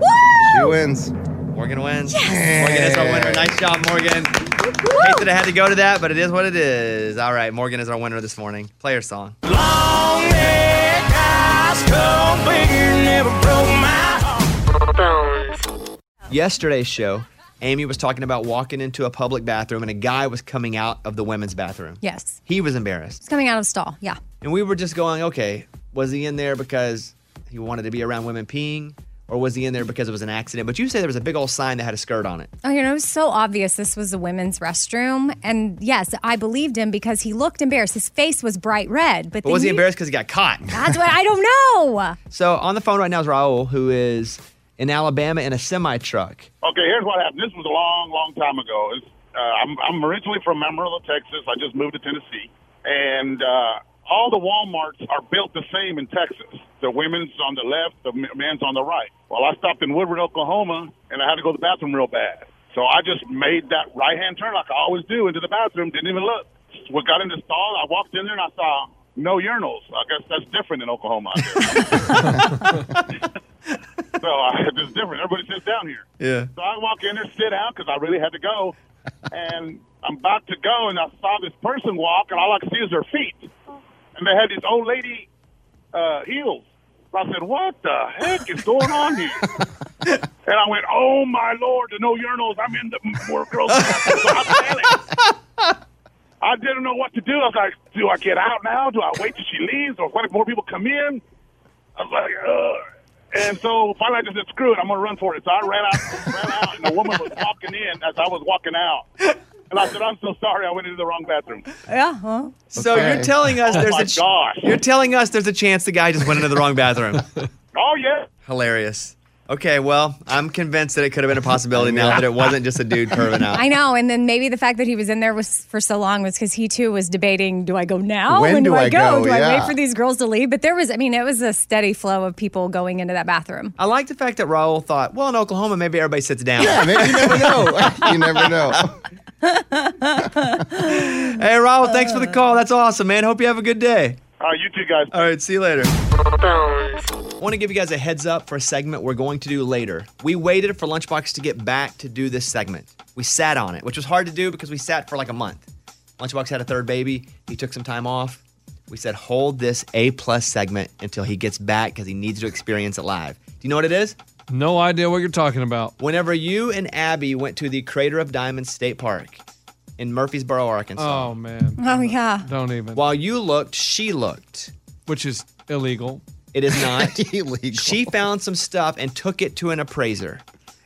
[SPEAKER 2] She wins.
[SPEAKER 1] Morgan wins. Morgan is our winner. Nice job, Morgan. Hate that I had to go to that, but it is what it is. All right, Morgan is our winner this morning. Player song. Yesterday's show, Amy was talking about walking into a public bathroom and a guy was coming out of the women's bathroom.
[SPEAKER 3] Yes.
[SPEAKER 1] He was embarrassed.
[SPEAKER 3] It's coming out of stall. Yeah.
[SPEAKER 1] And we were just going, okay, was he in there because he wanted to be around women peeing? Or was he in there because it was an accident? But you say there was a big old sign that had a skirt on it.
[SPEAKER 3] Oh, you know, it was so obvious this was a women's restroom. And yes, I believed him because he looked embarrassed. His face was bright red.
[SPEAKER 1] But
[SPEAKER 3] But, then
[SPEAKER 1] was he
[SPEAKER 3] you-
[SPEAKER 1] embarrassed because he got caught?
[SPEAKER 3] That's what I don't know.
[SPEAKER 1] So on the phone right now is Raul, who is in Alabama in a semi truck.
[SPEAKER 12] Okay, here's what happened. This was a long, long time ago. It's, uh, I'm, I'm originally from Amarillo, Texas. I just moved to Tennessee, and uh, all the WalMarts are built the same in Texas. The women's on the left, the m- men's on the right. Well, I stopped in Woodward, Oklahoma, and I had to go to the bathroom real bad. So I just made that right-hand turn like I always do into the bathroom. Didn't even look. We got in the stall. I walked in there and I saw no urinals. I guess that's different in Oklahoma. I guess. so I, it's different. Everybody sits down here.
[SPEAKER 1] Yeah.
[SPEAKER 12] So I walk in there, sit down because I really had to go, and I'm about to go, and I saw this person walk, and all I could see is her feet, and they had these old lady uh, heels. So I said, "What the heck is going on here?" and I went, "Oh my lord, the no urinals! I'm in the more girls' bathroom." So I panicked. I didn't know what to do. I was like, "Do I get out now? Do I wait till she leaves, or what if more people come in?" I was like, "Ugh." And so finally, I just said, "Screw it! I'm gonna run for it." So I ran out, ran out, and the woman was walking in as I was walking out. And I said, "I'm so sorry. I went into the wrong bathroom."
[SPEAKER 3] Yeah. Huh?
[SPEAKER 1] So you're telling us
[SPEAKER 12] Oh
[SPEAKER 1] there's
[SPEAKER 12] my
[SPEAKER 1] a ch-
[SPEAKER 12] gosh.
[SPEAKER 1] you're telling us there's a chance the guy just went into the wrong bathroom.
[SPEAKER 12] Oh yeah.
[SPEAKER 1] Hilarious. Okay, well, I'm convinced that it could have been a possibility now that it wasn't just a dude curving out.
[SPEAKER 3] I know. And then maybe the fact that he was in there was for so long was because he too was debating, do I go now?
[SPEAKER 1] When do
[SPEAKER 3] do,
[SPEAKER 1] I
[SPEAKER 3] I
[SPEAKER 1] go?
[SPEAKER 3] Do I
[SPEAKER 1] Yeah.
[SPEAKER 3] wait for these girls to leave? But there was, I mean, it was a steady flow of people going into that bathroom.
[SPEAKER 1] I like the fact that Raul thought, well, in Oklahoma, maybe everybody sits down. Yeah,
[SPEAKER 2] maybe you never know. You never know.
[SPEAKER 1] hey, Raul, thanks for the call. That's awesome, man. Hope you have a good day.
[SPEAKER 12] All right, you two guys.
[SPEAKER 1] All right, see you later. want to give you guys a heads up for a segment we're going to do later. We waited for Lunchbox to get back to do this segment. We sat on it, which was hard to do because we sat for like a month. Lunchbox had a third baby. He took some time off. We said, hold this A plus segment until he gets back because he needs to experience it live. Do you know what it is?
[SPEAKER 7] No idea what you're talking about.
[SPEAKER 1] Whenever you and Abby went to the Crater of Diamonds State Park in Murfreesboro, Arkansas.
[SPEAKER 7] Oh man.
[SPEAKER 3] Oh, yeah.
[SPEAKER 7] Don't even.
[SPEAKER 1] While you looked, she looked.
[SPEAKER 7] Which is illegal.
[SPEAKER 1] It is not. illegal. She found some stuff and took it to an appraiser.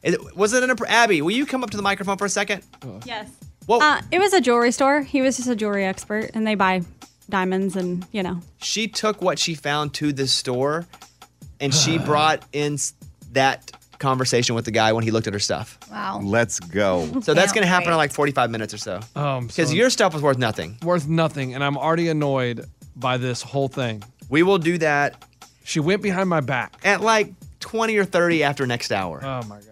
[SPEAKER 1] It- was it an appra- Abby, will you come up to the microphone for a second?
[SPEAKER 13] Yes.
[SPEAKER 1] Whoa.
[SPEAKER 13] Uh, it was a jewelry store. He was just a jewelry expert, and they buy diamonds and you know.
[SPEAKER 1] She took what she found to the store and she brought in s- that conversation with the guy when he looked at her stuff.
[SPEAKER 3] Wow.
[SPEAKER 2] Let's go.
[SPEAKER 1] So that's
[SPEAKER 7] Can't
[SPEAKER 1] going to happen in
[SPEAKER 7] wait.
[SPEAKER 1] like 45 minutes or so.
[SPEAKER 7] Um.
[SPEAKER 1] Because your stuff was worth nothing.
[SPEAKER 7] worth nothing, and I'm already annoyed by this whole thing.
[SPEAKER 1] We will do that.
[SPEAKER 7] She went behind my back.
[SPEAKER 1] At like 20 or 30 after next hour.
[SPEAKER 7] Oh my gosh.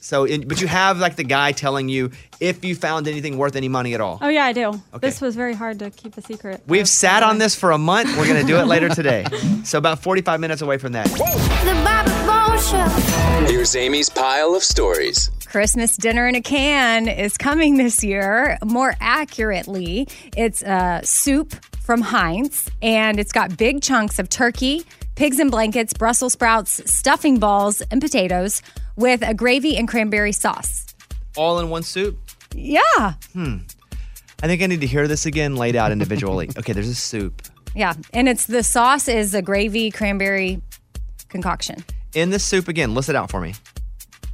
[SPEAKER 1] So, and- but you have like the guy telling you if you found anything worth any money at all.
[SPEAKER 13] Oh yeah, I do. This was very hard to keep a secret.
[SPEAKER 1] We've sat on this for a month. We're going to do it later today. So, about 45 minutes away from that.
[SPEAKER 9] The Bobby Bone Show.
[SPEAKER 14] Here's Amy's pile of stories.
[SPEAKER 3] Christmas dinner in a can is coming this year. More accurately, it's a soup from Heinz, and it's got big chunks of turkey, pigs and blankets, Brussels sprouts, stuffing balls, and potatoes with a gravy and cranberry sauce.
[SPEAKER 1] All in one soup?
[SPEAKER 3] Yeah.
[SPEAKER 1] Hmm. I think I need to hear this again laid out individually. okay, there's a soup.
[SPEAKER 3] Yeah. And it's the sauce is a gravy cranberry concoction.
[SPEAKER 1] In the soup again, list it out for me.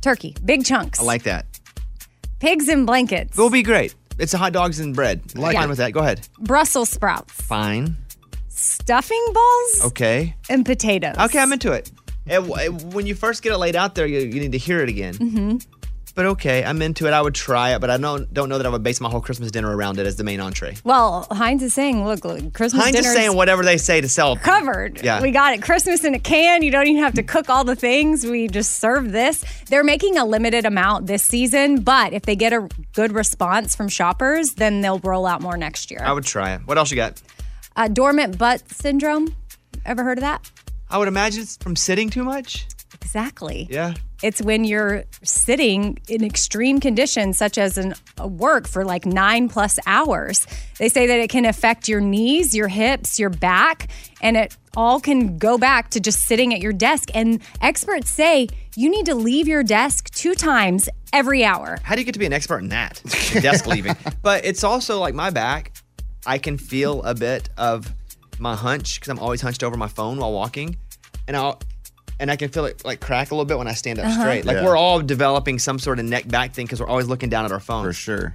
[SPEAKER 3] Turkey, big chunks,
[SPEAKER 1] I like that.
[SPEAKER 3] pigs in blankets,
[SPEAKER 1] It'll be great. It's hot dogs and bread. Like
[SPEAKER 3] Yeah.
[SPEAKER 1] Fine with that. Go ahead.
[SPEAKER 3] Brussels sprouts,
[SPEAKER 1] Fine.
[SPEAKER 3] stuffing balls,
[SPEAKER 1] Okay.
[SPEAKER 3] and potatoes.
[SPEAKER 1] Okay, I'm into it. And w- and when you first get it laid out there, you, you need to hear it again.
[SPEAKER 3] hmm
[SPEAKER 1] But okay, I'm into it. I would try it, but I don't don't know that I would base my whole Christmas dinner around it as the main entree.
[SPEAKER 3] Well, Heinz is saying, look, look Christmas
[SPEAKER 1] I'm
[SPEAKER 3] dinner
[SPEAKER 1] just saying whatever they say to sell.
[SPEAKER 3] covered.
[SPEAKER 1] Yeah.
[SPEAKER 3] We got it. Christmas in a can. You don't even have to cook all the things. We just serve this. They're making a limited amount this season, but if they get a good response from shoppers, then they'll roll out more next year.
[SPEAKER 1] I would try it. What else you got?
[SPEAKER 3] Uh, dormant butt syndrome. Ever heard of that?
[SPEAKER 1] I would imagine it's from sitting too much.
[SPEAKER 3] Exactly.
[SPEAKER 1] Yeah.
[SPEAKER 3] It's when you're sitting in extreme conditions, such as an, a work for like nine plus hours. They say that it can affect your knees, your hips, your back, and it all can go back to just sitting at your desk. And experts say you need to leave your desk two times every hour.
[SPEAKER 1] How do you get to be an expert in that? Desk leaving. But it's also like my back. I can feel a bit of my hunch because I'm always hunched over my phone while walking, and I'll and I can feel it like crack a little bit when I stand up
[SPEAKER 5] Uh-huh.
[SPEAKER 1] straight. Like
[SPEAKER 5] Yeah.
[SPEAKER 1] we're all developing some sort of neck back thing because we're always looking down at our phone for
[SPEAKER 2] sure.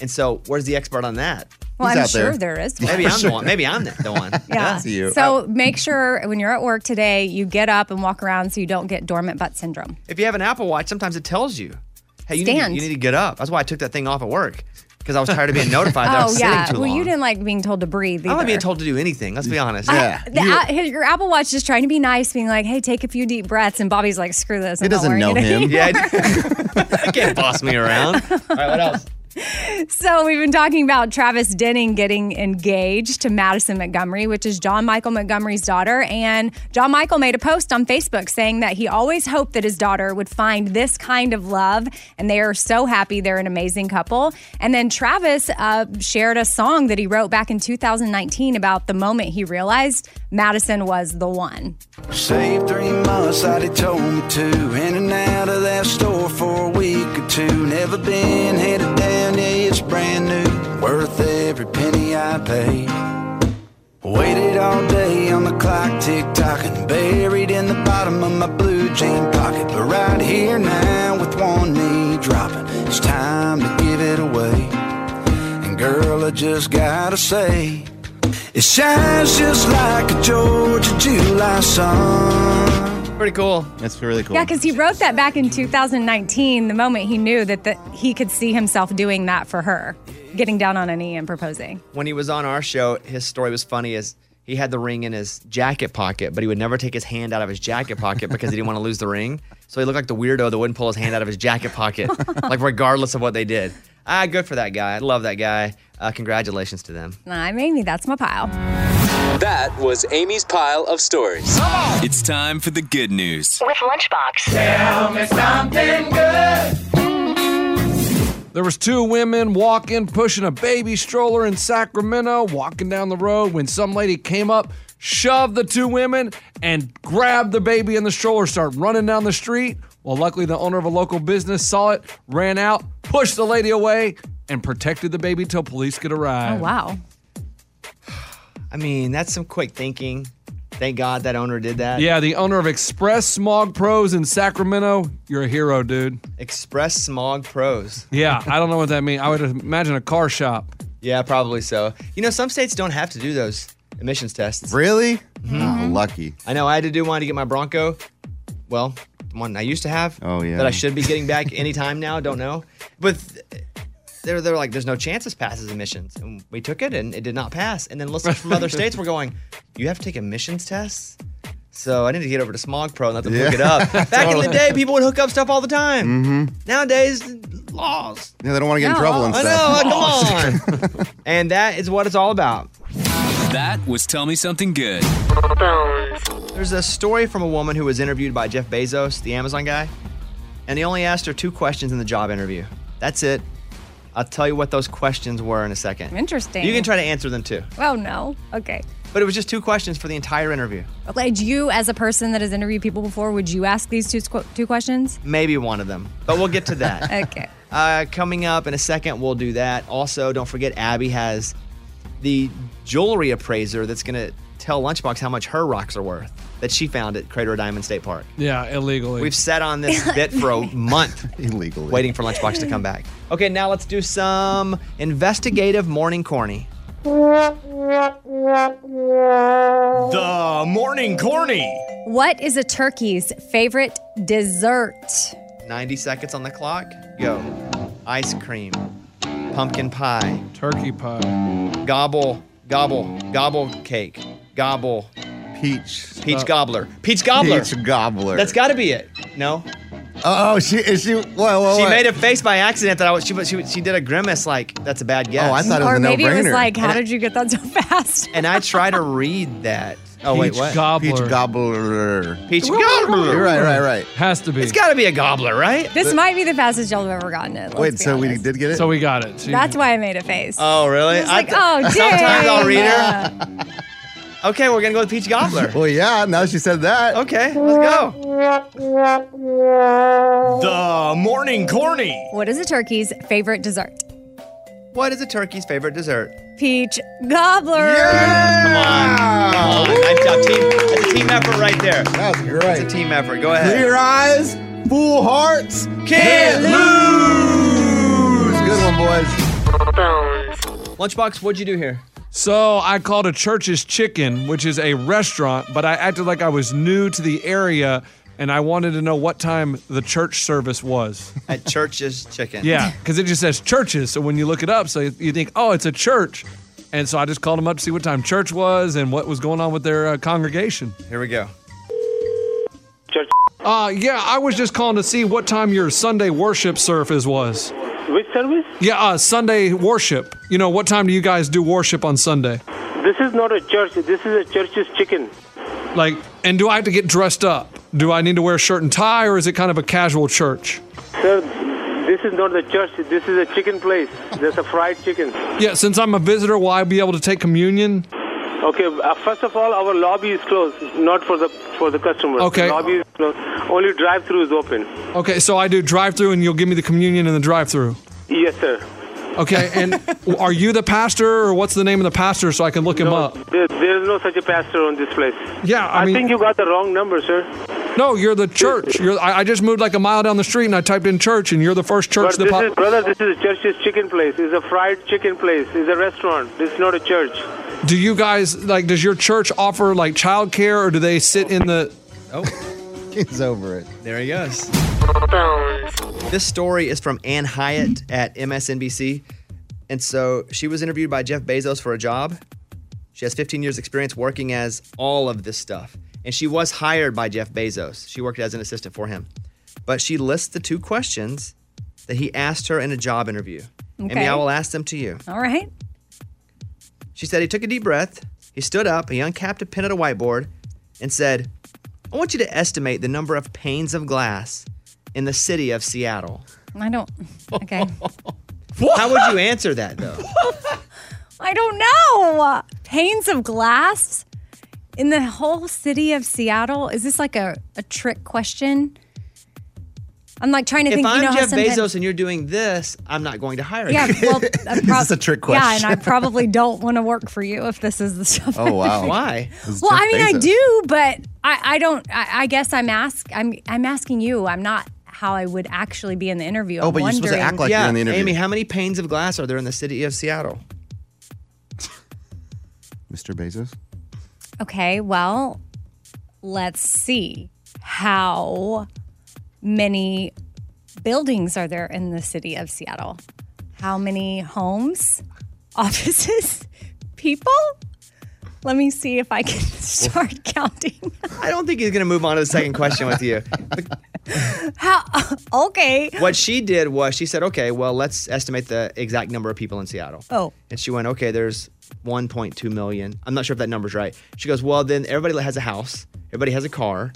[SPEAKER 1] And so, where's the expert on that?
[SPEAKER 3] Well, He's I'm out there. sure there is one.
[SPEAKER 1] Maybe
[SPEAKER 3] For
[SPEAKER 1] I'm
[SPEAKER 3] sure.
[SPEAKER 1] the one. Maybe I'm the the one.
[SPEAKER 3] Yeah. So make sure when you're at work today, you get up and walk around so you don't get dormant butt syndrome.
[SPEAKER 1] If you have an Apple Watch, sometimes it tells you, hey, you, need,
[SPEAKER 3] Stand.
[SPEAKER 1] you need to get up. That's why I took that thing off at work because I was tired of being notified that I was sitting too
[SPEAKER 3] Oh, well,
[SPEAKER 1] long.
[SPEAKER 3] you didn't like being told to breathe. Either.
[SPEAKER 1] I like being told to do anything. Let's be honest.
[SPEAKER 3] I- the, a- his- your Apple Watch is trying to be nice, being like, "Hey, take a few deep breaths," and Bobby's like, "Screw this." I'm
[SPEAKER 1] It
[SPEAKER 3] not
[SPEAKER 1] doesn't
[SPEAKER 3] wearing
[SPEAKER 1] know
[SPEAKER 3] it
[SPEAKER 1] him.
[SPEAKER 3] anymore."
[SPEAKER 1] Yeah, I can't boss me around. All right, what else?
[SPEAKER 3] so we've been talking about Travis Denning getting engaged to Madison Montgomery, which is John Michael Montgomery's daughter. And John Michael made a post on Facebook saying that he always hoped that his daughter would find this kind of love, and they are so happy they're an amazing couple. And then Travis uh, shared a song that he wrote back in 2019 about the moment he realized Madison was the one.
[SPEAKER 14] Saved three months that he told me to. In and out of that store for a week or two. Never been headed down, yeah, it's brand new. Worth every penny I paid. Waited all day on the clock, tick tocking. Buried in the bottom of my blue jean pocket. But right here now, with one knee dropping, it's time to give it away. And girl, I just gotta say. It shines just like a Georgia July sun.
[SPEAKER 1] Pretty cool.
[SPEAKER 2] That's really cool.
[SPEAKER 3] Yeah, because he wrote that back in 2019, the moment he knew that the, he could see himself doing that for her, getting down on a knee and proposing.
[SPEAKER 1] When he was on our show, his story was funny as he had the ring in his jacket pocket, but he would never take his hand out of his jacket pocket because he didn't want to lose the ring. So he looked like the weirdo that wouldn't pull his hand out of his jacket pocket, like regardless of what they did. Ah, good for that guy. I love that guy. Uh, congratulations to them.
[SPEAKER 3] Nah, I'm Amy. That's my pile.
[SPEAKER 15] That was Amy's pile of stories. It's time for the good news.
[SPEAKER 8] With Lunchbox.
[SPEAKER 15] Tell me something good.
[SPEAKER 7] There was two women walking, pushing a baby stroller in Sacramento, walking down the road when some lady came up, shoved the two women, and grabbed the baby in the stroller, started running down the street. Well, luckily the owner of a local business saw it, ran out, pushed the lady away, and protected the baby till police could
[SPEAKER 1] Oh,
[SPEAKER 7] arrive.
[SPEAKER 3] wow.
[SPEAKER 1] Um, I mean, that's some quick thinking. Thank God that owner did that.
[SPEAKER 7] Yeah, the owner of Express Smog Pros in Sacramento, you're a hero, dude.
[SPEAKER 1] Express Smog Pros.
[SPEAKER 7] Yeah, I don't know what that means. I would imagine a car shop.
[SPEAKER 1] Yeah, probably so. You know, some states don't have to do those emissions tests.
[SPEAKER 2] Really? Oh, lucky.
[SPEAKER 1] I know I had to do one to get my Bronco. Well, one I used to have.
[SPEAKER 2] Oh, yeah.
[SPEAKER 1] That I should be getting back anytime now. Don't know. But th- they're they're like, there's no chance this passes emissions, and we took it and it did not pass. And then listeners from other states were going, you have to take emissions tests. So I need to get over to Smog Pro and let them
[SPEAKER 2] Yeah.
[SPEAKER 1] hook it up. Back in
[SPEAKER 2] Totally.
[SPEAKER 1] the day, people would hook up stuff all the time.
[SPEAKER 2] Mm-hmm.
[SPEAKER 1] Nowadays, laws.
[SPEAKER 2] Yeah, they don't want to get in trouble and
[SPEAKER 1] I
[SPEAKER 2] stuff.
[SPEAKER 1] know, come on. and that is what it's all about.
[SPEAKER 15] That was Tell Me Something Good.
[SPEAKER 1] There's a story from a woman who was interviewed by Jeff Bezos, the Amazon guy. and they only asked her two questions in the job interview. That's it. I'll tell you what those questions were in a second.
[SPEAKER 3] Interesting.
[SPEAKER 1] You can try to answer them too.
[SPEAKER 3] Oh no. Okay.
[SPEAKER 1] But it was just two questions for the entire interview.
[SPEAKER 3] Would you, as a person that has interviewed people before, would you ask these two squ- two questions?
[SPEAKER 1] Maybe one of them, but we'll get to that.
[SPEAKER 3] Okay.
[SPEAKER 1] Uh, coming up in a second, we'll do that. Also, don't forget, Abby has the jewelry appraiser that's going to tell Lunchbox how much her rocks are worth that she found at Crater Diamond State Park.
[SPEAKER 7] Yeah, illegally.
[SPEAKER 1] We've sat on this bit for a month
[SPEAKER 2] illegally,
[SPEAKER 1] waiting for Lunchbox to come back. Okay, now let's do some investigative morning corny.
[SPEAKER 3] The
[SPEAKER 1] morning corny.
[SPEAKER 3] What is a turkey's favorite dessert?
[SPEAKER 1] 90 seconds on the clock. Go. Ice cream, pumpkin pie,
[SPEAKER 7] turkey pie,
[SPEAKER 1] gobble, gobble, gobble cake, gobble,
[SPEAKER 2] peach,
[SPEAKER 1] peach gobbler, peach gobbler.
[SPEAKER 2] Peach gobbler.
[SPEAKER 1] That's got to be it. No.
[SPEAKER 2] Oh, she is she. Whoa, whoa,
[SPEAKER 1] she
[SPEAKER 2] whoa.
[SPEAKER 1] made a face by accident that I was. She was- she, she did a grimace like that's a bad guess.
[SPEAKER 2] Oh, I thought it was
[SPEAKER 3] or
[SPEAKER 2] a
[SPEAKER 3] maybe it was
[SPEAKER 2] no-brainer.
[SPEAKER 3] like, how
[SPEAKER 1] And I-
[SPEAKER 3] did you get that so fast?
[SPEAKER 1] And I try to read that. Oh wait,
[SPEAKER 2] Peach
[SPEAKER 1] what?
[SPEAKER 2] gobbler. Peach gobbler.
[SPEAKER 1] Peach gobbler.
[SPEAKER 2] You're right, right, right.
[SPEAKER 7] Has to be.
[SPEAKER 1] It's got to be a gobbler, right?
[SPEAKER 3] This might be the fastest y'all have ever gotten it. let's be honest.
[SPEAKER 2] we did get it.
[SPEAKER 7] So we got it.
[SPEAKER 3] That's why I made a face.
[SPEAKER 1] Oh really?
[SPEAKER 3] I was like,
[SPEAKER 1] I-
[SPEAKER 3] oh,
[SPEAKER 1] Sometimes I'll
[SPEAKER 3] dang.
[SPEAKER 1] read her. Okay, we're gonna go with peach gobbler.
[SPEAKER 2] well, yeah. Now she said that.
[SPEAKER 1] Okay, let's go.
[SPEAKER 3] The
[SPEAKER 1] morning corny.
[SPEAKER 3] What is a turkey's favorite dessert?
[SPEAKER 1] What is a turkey's favorite dessert?
[SPEAKER 3] Peach gobbler.
[SPEAKER 1] Come on. Come on. Oh, Nice job, team. That's a team effort right there. That
[SPEAKER 2] was great. That's
[SPEAKER 1] a team effort. Go ahead.
[SPEAKER 2] Clear eyes, full hearts,
[SPEAKER 1] Can't
[SPEAKER 2] lose. Good one, boys.
[SPEAKER 1] Lunchbox, what'd you do here?
[SPEAKER 7] So I called a church's chicken, which is a restaurant, but I acted like I was new to the area and I wanted to know what time the church service was.
[SPEAKER 1] At Church's Chicken.
[SPEAKER 7] yeah, because it just says churches. So when you look it up, so you think, oh, it's a church. And so I just called them up to see what time church was and what was going on with their uh, congregation.
[SPEAKER 1] Here we go.
[SPEAKER 7] Church. Uh, yeah, I was just calling to see what time your Sunday worship service was.
[SPEAKER 16] Which service?
[SPEAKER 7] Yeah, uh, Sunday worship. You know, what time do you guys do worship on Sunday?
[SPEAKER 16] This is not a church. This is a church's chicken.
[SPEAKER 7] Like, and do I have to get dressed up? Do I need to wear a shirt and tie, or is it kind of a casual church?
[SPEAKER 16] Sir, this is not the church. This is a chicken place. There's a fried chicken.
[SPEAKER 7] Yeah, since I'm a visitor, will I be able to take communion?
[SPEAKER 16] Okay. Uh, first of all, our lobby is closed. Not for the for the customers.
[SPEAKER 7] Okay.
[SPEAKER 16] The lobby is closed. Only drive-through is open.
[SPEAKER 7] Okay, so I do drive through, and you'll give me the communion in the drive through.
[SPEAKER 16] Yes, sir.
[SPEAKER 7] Okay, and are you the pastor, or what's the name of the pastor so I can look him up?
[SPEAKER 16] There, there is no such a pastor on this place.
[SPEAKER 7] Yeah, I, mean,
[SPEAKER 16] think you got the wrong number, sir.
[SPEAKER 7] no, you're the church. You're, I, I just moved like a mile down the street, and I typed in church, and you're the first church
[SPEAKER 16] But
[SPEAKER 7] that
[SPEAKER 16] this
[SPEAKER 7] pop-
[SPEAKER 16] is, brother, this is a church's chicken place. It's a fried chicken place. It's a restaurant. This is not a church.
[SPEAKER 7] Do you guys like? Does your church offer like childcare, or do they sit in the?
[SPEAKER 1] Oh,
[SPEAKER 2] He's over it.
[SPEAKER 1] There he goes. This story is from Anne Hyatt at MSNBC. And so she was interviewed by Jeff Bezos for a job. She has 15 years' experience working as all of this stuff. And she was hired by Jeff Bezos. She worked as an assistant for him. But she lists the two questions that he asked her in a job interview. Okay.
[SPEAKER 3] Okay.
[SPEAKER 1] I will ask them to you.
[SPEAKER 3] All right.
[SPEAKER 1] She said he took a deep breath, he stood up, he uncapped a pen at a whiteboard, and said, I want you to estimate the number of panes of glass in the city of Seattle.
[SPEAKER 3] I don't. Okay.
[SPEAKER 1] How would you answer that though?
[SPEAKER 3] I don't know. Panes of glass in the whole city of Seattle. Is this like a, a trick question? I'm like trying to
[SPEAKER 1] If
[SPEAKER 3] think.
[SPEAKER 1] I'm
[SPEAKER 3] you know how
[SPEAKER 1] Jeff
[SPEAKER 3] sometimes-
[SPEAKER 1] Bezos and you're doing this, I'm not going to hire
[SPEAKER 3] Yeah,
[SPEAKER 1] you.
[SPEAKER 3] well, I prob-
[SPEAKER 2] is a trick
[SPEAKER 3] Yeah, and
[SPEAKER 2] question.
[SPEAKER 3] I probably don't want to work for you if this is the stuff.
[SPEAKER 2] Oh wow.
[SPEAKER 1] Why?
[SPEAKER 3] Well, I mean, I do, but I, I don't. I, I guess I'm ask. I'm I'm asking you. I'm not how I would actually be in the interview.
[SPEAKER 1] Oh,
[SPEAKER 2] Oh,
[SPEAKER 3] I'm wondering-
[SPEAKER 1] yeah, Amy, how many panes of glass are there in the city of Seattle?
[SPEAKER 2] Mr. Bezos.
[SPEAKER 3] Okay, well, let's see how many buildings are there in the city of Seattle? How many homes, offices, people? Let me see if I can start counting.
[SPEAKER 1] I don't think he's going to move on to the second question with you.
[SPEAKER 3] How okay.
[SPEAKER 1] What she did was she said, okay, well, let's estimate the exact number of people in Seattle.
[SPEAKER 3] Oh.
[SPEAKER 1] And she went, okay, there's 1.2 million. I'm not sure if that number's right. She goes, well, then everybody has a house, everybody has a car,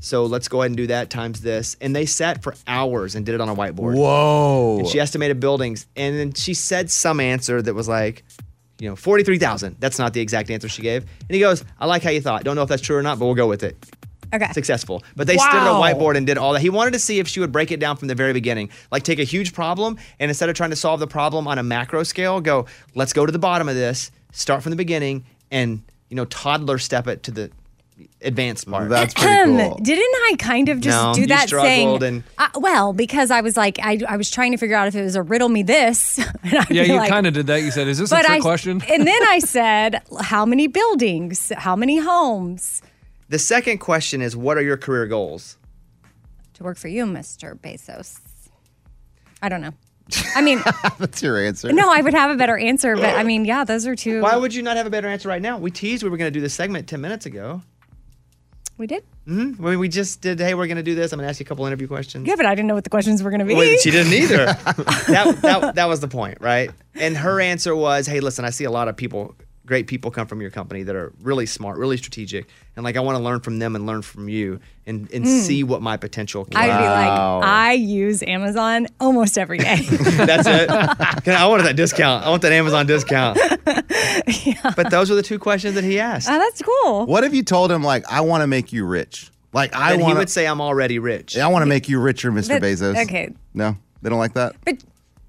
[SPEAKER 1] So let's go ahead and do that times this. And they sat for hours and did it on a whiteboard.
[SPEAKER 2] Whoa.
[SPEAKER 1] And she estimated buildings. And then she said some answer that was like, you know, 43,000. That's not the exact answer she gave. And he goes, I like how you thought. Don't know if that's true or not, but we'll go with it.
[SPEAKER 3] Okay.
[SPEAKER 1] Successful. But they stood at a
[SPEAKER 3] Wow.
[SPEAKER 1] whiteboard and did all that. He wanted to see if she would break it down from the very beginning. Like take a huge problem and instead of trying to solve the problem on a macro scale, go, let's go to the bottom of this, start from the beginning, and, you know, toddler step it to the advanced part.
[SPEAKER 2] That's
[SPEAKER 3] Didn't I kind of just
[SPEAKER 1] No,
[SPEAKER 3] do
[SPEAKER 1] you
[SPEAKER 3] that saying?
[SPEAKER 1] struggled and-
[SPEAKER 3] Uh, well, because I was like, I, I was trying to figure out if it was a riddle me this. And I'd
[SPEAKER 7] yeah,
[SPEAKER 3] be
[SPEAKER 7] you
[SPEAKER 3] like,
[SPEAKER 7] kind of did that. You said, "Is this a
[SPEAKER 3] but
[SPEAKER 7] trick
[SPEAKER 3] I,
[SPEAKER 7] question?"
[SPEAKER 3] and then I said, how many buildings? How many homes?
[SPEAKER 1] The second question is, what are your career goals?
[SPEAKER 3] To work for you, Mr. Bezos. I don't know. I mean,
[SPEAKER 2] That's your answer.
[SPEAKER 3] no, I would have a better answer, but I mean, yeah, those are two.
[SPEAKER 1] Why would you not have a better answer right now? We teased we were going to do this segment 10 minutes ago.
[SPEAKER 3] We did?
[SPEAKER 1] Mm-hmm. We, we just did, hey, we're going to do this. I'm going to ask you a couple interview questions.
[SPEAKER 3] Yeah, but I didn't know what the questions were going to be.
[SPEAKER 1] Well, she didn't either. that, that, that was the point, right? And her answer was, hey, listen, I see a lot of people, great people come from your company that are really smart, really strategic. And like, I want to learn from them and learn from you and, and
[SPEAKER 3] Mm.
[SPEAKER 1] see what my potential can
[SPEAKER 3] I'd be like, I use Amazon almost every day.
[SPEAKER 1] That's it. Can I I wanted that discount. I want that Amazon discount. But those were the two questions that he asked.
[SPEAKER 3] Oh, that's cool.
[SPEAKER 2] What if you told him like, I want to make you rich? Like I
[SPEAKER 1] and he
[SPEAKER 2] want.
[SPEAKER 1] would say, I'm already rich.
[SPEAKER 2] I want to make you richer, Mr.
[SPEAKER 1] That-
[SPEAKER 2] Bezos.
[SPEAKER 1] okay.
[SPEAKER 2] No, they don't like that.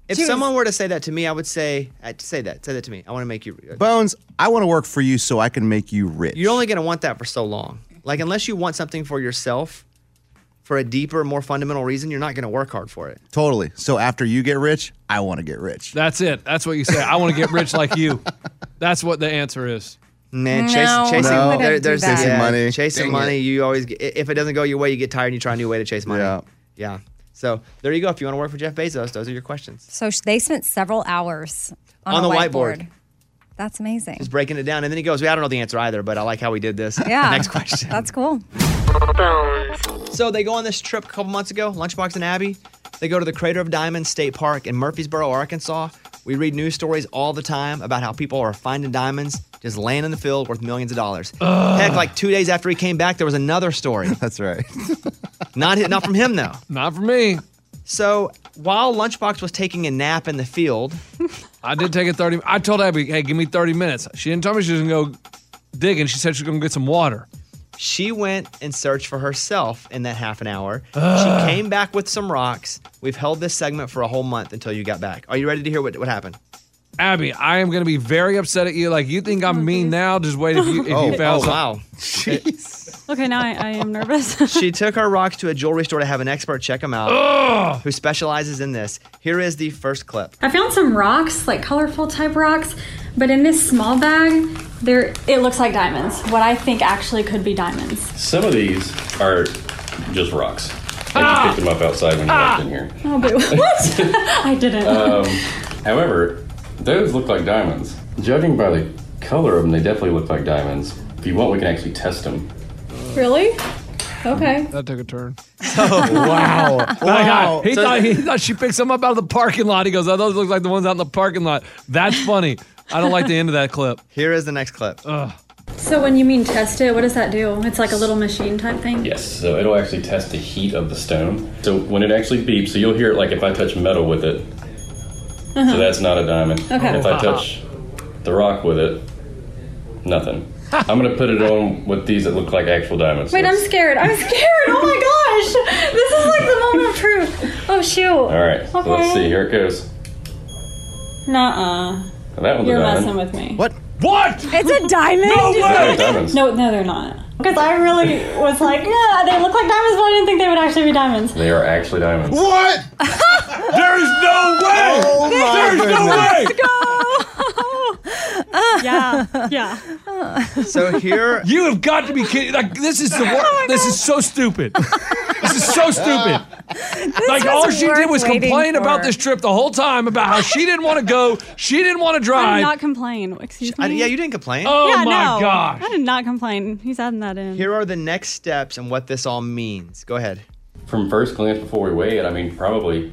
[SPEAKER 1] If someone were to say that to me, I would say, uh, say that, say that to me. I want to make you. uh,
[SPEAKER 2] Bones, I want to work for you so I can make you rich.
[SPEAKER 1] You're only going to want that for so long. Like unless you want something for yourself, for a deeper, more fundamental reason, you're not going to work hard for it.
[SPEAKER 2] Totally. So after you get rich, I want to get rich.
[SPEAKER 7] That's it. That's what you say. I want to get rich like you. That's what the answer is.
[SPEAKER 1] Man, chase, chasing, there- there's
[SPEAKER 2] Chasing
[SPEAKER 1] yeah,
[SPEAKER 2] money.
[SPEAKER 1] Chasing
[SPEAKER 2] Dang
[SPEAKER 1] money. You always get, i- if it doesn't go your way, you get tired and you try a new way to chase money. Yeah. Yeah. So there you go. If you want to work for Jeff Bezos, those are your questions
[SPEAKER 3] So sh- they spent several hours on,
[SPEAKER 1] on
[SPEAKER 3] a
[SPEAKER 1] the whiteboard.
[SPEAKER 3] That's amazing.
[SPEAKER 1] Just breaking it down, and then he goes, "Yeah, I don't know the answer either, but I like how we did this."
[SPEAKER 3] Yeah.
[SPEAKER 1] Next question.
[SPEAKER 3] That's cool.
[SPEAKER 1] So they go on this trip a couple months ago, Lunchbox and Abby. They go to the Crater of Diamonds State Park in Murfreesboro, Arkansas. We read news stories all the time about how people are finding diamonds just laying in the field worth millions of dollars.
[SPEAKER 7] Ugh.
[SPEAKER 1] Heck, like two days after he came back, there was another story.
[SPEAKER 2] That's right.
[SPEAKER 1] not hi- not from him though.
[SPEAKER 7] Not from me.
[SPEAKER 1] So while Lunchbox was taking a nap in the field,
[SPEAKER 7] I did take a 30. I told Abby, hey, give me 30 minutes. She didn't tell me she was going to go digging. She said she's going to get some water.
[SPEAKER 1] she went and searched for herself in that half an hour.
[SPEAKER 7] Ugh.
[SPEAKER 1] She came back with some rocks. We've held this segment for a whole month until you got back. Are you ready to hear what, what happened?
[SPEAKER 7] Abby, I am going to be very upset at you. Like, you think
[SPEAKER 3] Oh,
[SPEAKER 7] I'm mean now? Just wait if you, if
[SPEAKER 1] Oh,
[SPEAKER 7] you found
[SPEAKER 1] oh, wow.
[SPEAKER 13] Okay, now I, I am nervous.
[SPEAKER 1] she took her rocks to a jewelry store to have an expert check them out
[SPEAKER 13] Ugh.
[SPEAKER 1] who specializes in this. Here is the first clip.
[SPEAKER 13] I found some rocks, like colorful type rocks, but in this small bag, there it looks like diamonds. What I think actually could be diamonds.
[SPEAKER 17] Some of these are just rocks. I
[SPEAKER 13] Ah!
[SPEAKER 17] just picked them up outside when you walked in here.
[SPEAKER 13] Oh, but what? I didn't.
[SPEAKER 17] Um, however, those look like diamonds. Judging by the color of them, they definitely look like diamonds. If you want, we can actually test them.
[SPEAKER 13] really? Okay.
[SPEAKER 7] That took a turn.
[SPEAKER 13] wow.
[SPEAKER 7] Oh my
[SPEAKER 13] Wow.
[SPEAKER 7] God. He,
[SPEAKER 13] So-
[SPEAKER 7] thought, he thought she picked some up out of the parking lot. He goes, oh, those look like the ones out in the parking lot. That's funny. I don't like the end of that clip.
[SPEAKER 1] Here is the next clip.
[SPEAKER 7] Ugh.
[SPEAKER 13] So when you mean test it, what does that do? It's like a little machine type thing.
[SPEAKER 17] Yes, so it'll actually test the heat of the stone. So when it actually beeps, so you'll hear it like if I touch metal with it.
[SPEAKER 13] Uh-huh.
[SPEAKER 17] So that's not a diamond.
[SPEAKER 13] Okay. Uh-huh.
[SPEAKER 17] If I touch the rock with it, nothing. I'm gonna put it on with these that look like actual diamonds.
[SPEAKER 13] Wait, I'm scared. I'm scared. Oh my gosh. This is like the moment of truth. Oh shoot.
[SPEAKER 17] All right, so let's see.
[SPEAKER 13] Okay.
[SPEAKER 17] Here it goes.
[SPEAKER 13] Nuh-uh.
[SPEAKER 17] That one's
[SPEAKER 13] You're
[SPEAKER 17] a diamond.
[SPEAKER 13] messing with me.
[SPEAKER 2] What?
[SPEAKER 7] What?
[SPEAKER 13] It's a diamond.
[SPEAKER 17] No way. They're not diamonds.
[SPEAKER 13] No, no, they're not. Because I really was like, yeah, they look like diamonds, but I didn't think they would actually be diamonds.
[SPEAKER 17] They are actually diamonds.
[SPEAKER 2] What?
[SPEAKER 7] There's no way.
[SPEAKER 2] Oh my
[SPEAKER 7] There's no way.
[SPEAKER 2] goodness.
[SPEAKER 13] yeah, yeah.
[SPEAKER 1] So here,
[SPEAKER 7] you have got to be kidding! Like this is the wor- this is so stupid. This is so stupid. like
[SPEAKER 13] was
[SPEAKER 7] all she did
[SPEAKER 13] worth
[SPEAKER 7] was
[SPEAKER 13] waiting
[SPEAKER 7] complain
[SPEAKER 13] for.
[SPEAKER 7] about this trip the whole time about how she didn't want to go, she didn't want to
[SPEAKER 13] I did
[SPEAKER 7] drive.
[SPEAKER 13] not complain. Excuse me.
[SPEAKER 1] I- yeah, you didn't complain.
[SPEAKER 7] Oh
[SPEAKER 13] yeah, no. I did not complain. He's adding that in.
[SPEAKER 1] Here are the next steps and what this all means. Go ahead.
[SPEAKER 17] From first glance, before we weigh it, I mean probably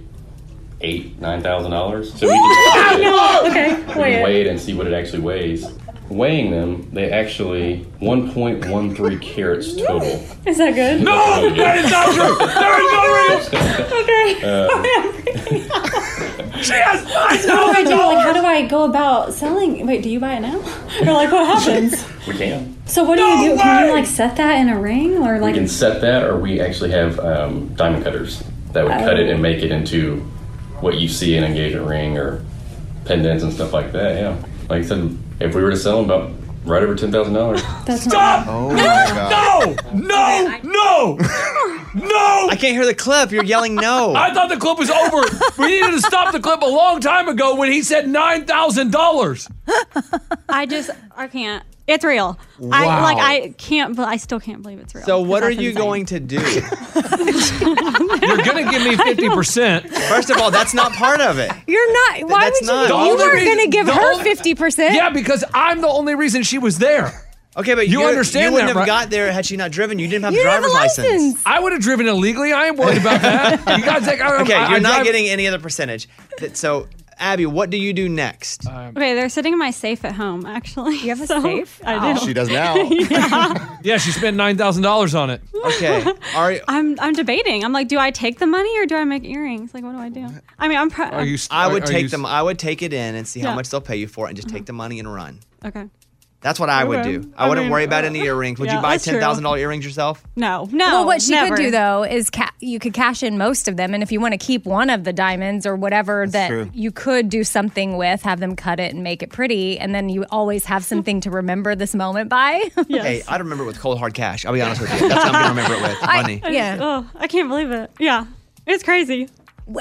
[SPEAKER 17] eight, nine thousand dollars. So we can,
[SPEAKER 13] no. Okay.
[SPEAKER 17] we can
[SPEAKER 13] Wait.
[SPEAKER 17] weigh it and see what it actually weighs. Weighing them, they actually 1.13 carats total.
[SPEAKER 13] Is that good?
[SPEAKER 17] No, that is not true.
[SPEAKER 13] That is not real. okay.
[SPEAKER 17] Um,
[SPEAKER 13] Yes. How do I do? Like, how do I go about selling? Wait, do you buy it now? Or like, what happens?
[SPEAKER 17] we can.
[SPEAKER 13] So what do you do? Can you like set that in a ring or
[SPEAKER 17] We
[SPEAKER 13] like?
[SPEAKER 17] can set that, or we actually have um, diamond cutters that would cut it and make it into what you see in an engagement ring or pendants and stuff like that. Yeah, like I said, if we were to sell them, about right over ten thousand dollars.
[SPEAKER 13] That's
[SPEAKER 7] Stop!
[SPEAKER 2] Oh
[SPEAKER 7] my God. No! No! No! No!
[SPEAKER 1] I can't hear the clip. You're yelling no.
[SPEAKER 7] I thought the clip was over. we needed to stop the clip a long time ago when he said nine thousand dollars.
[SPEAKER 13] I just I can't. It's real. I
[SPEAKER 1] Wow.
[SPEAKER 13] like I can't. But I still can't believe it's real.
[SPEAKER 1] So what are
[SPEAKER 13] That's
[SPEAKER 1] you
[SPEAKER 13] insane.
[SPEAKER 1] going to do?
[SPEAKER 7] You're gonna give me fifty percent.
[SPEAKER 1] First of all, that's not part of it.
[SPEAKER 3] You're not. Why
[SPEAKER 1] that's
[SPEAKER 3] would
[SPEAKER 1] not-
[SPEAKER 3] you?
[SPEAKER 1] The
[SPEAKER 3] You
[SPEAKER 1] only
[SPEAKER 3] were
[SPEAKER 1] reason-
[SPEAKER 3] going to give
[SPEAKER 1] the
[SPEAKER 3] her
[SPEAKER 1] only-
[SPEAKER 3] fifty percent.
[SPEAKER 7] Yeah, because I'm the only reason she was there.
[SPEAKER 1] Okay, but
[SPEAKER 7] You
[SPEAKER 1] you
[SPEAKER 7] understand
[SPEAKER 1] You wouldn't
[SPEAKER 7] that,
[SPEAKER 1] have
[SPEAKER 7] right?
[SPEAKER 1] got there had she not driven. You didn't have
[SPEAKER 7] You
[SPEAKER 1] a
[SPEAKER 7] didn't have a
[SPEAKER 1] driver's license.
[SPEAKER 7] I would have driven illegally. I ain't worried about that. You guys think I,
[SPEAKER 1] Okay,
[SPEAKER 7] I,
[SPEAKER 1] you're
[SPEAKER 7] I
[SPEAKER 1] not
[SPEAKER 7] drive-
[SPEAKER 1] getting any other percentage. That- So, Abby, what do you do next?
[SPEAKER 2] Um,
[SPEAKER 13] Okay, they're sitting in my safe at home. Actually, you have a safe? I do.
[SPEAKER 1] She does now.
[SPEAKER 13] yeah.
[SPEAKER 7] Yeah, she spent nine thousand dollars on it.
[SPEAKER 1] Okay. Are
[SPEAKER 13] I'm I'm debating. I'm like, do I take the money or do I make earrings? Like, what do I do? I mean, I'm. Pro-
[SPEAKER 1] I would
[SPEAKER 13] are
[SPEAKER 1] take
[SPEAKER 13] you-
[SPEAKER 1] them. I would take it in and see how
[SPEAKER 13] Yeah.
[SPEAKER 1] much they'll pay you for, it and just take the money and run.
[SPEAKER 13] Okay.
[SPEAKER 1] That's what I would
[SPEAKER 13] Okay.
[SPEAKER 1] do. I,
[SPEAKER 13] I
[SPEAKER 1] wouldn't
[SPEAKER 13] mean,
[SPEAKER 1] worry about
[SPEAKER 13] uh,
[SPEAKER 1] any earrings. Would
[SPEAKER 13] yeah,
[SPEAKER 1] you buy
[SPEAKER 13] that's true.
[SPEAKER 1] ten thousand dollar earrings yourself?
[SPEAKER 13] No, no.
[SPEAKER 3] Well, what she
[SPEAKER 13] never.
[SPEAKER 3] could do though is ca- you could cash in most of them, and if you want to keep one of the diamonds or whatever that
[SPEAKER 1] true.
[SPEAKER 3] you could do something with, have them cut it and make it pretty, and then you always have something to remember this moment by.
[SPEAKER 1] Hey, I'd remember it with cold hard cash. I'll be honest with you. That's how I'm gonna remember it with money.
[SPEAKER 13] I just- oh, I can't believe it. Yeah. It's crazy.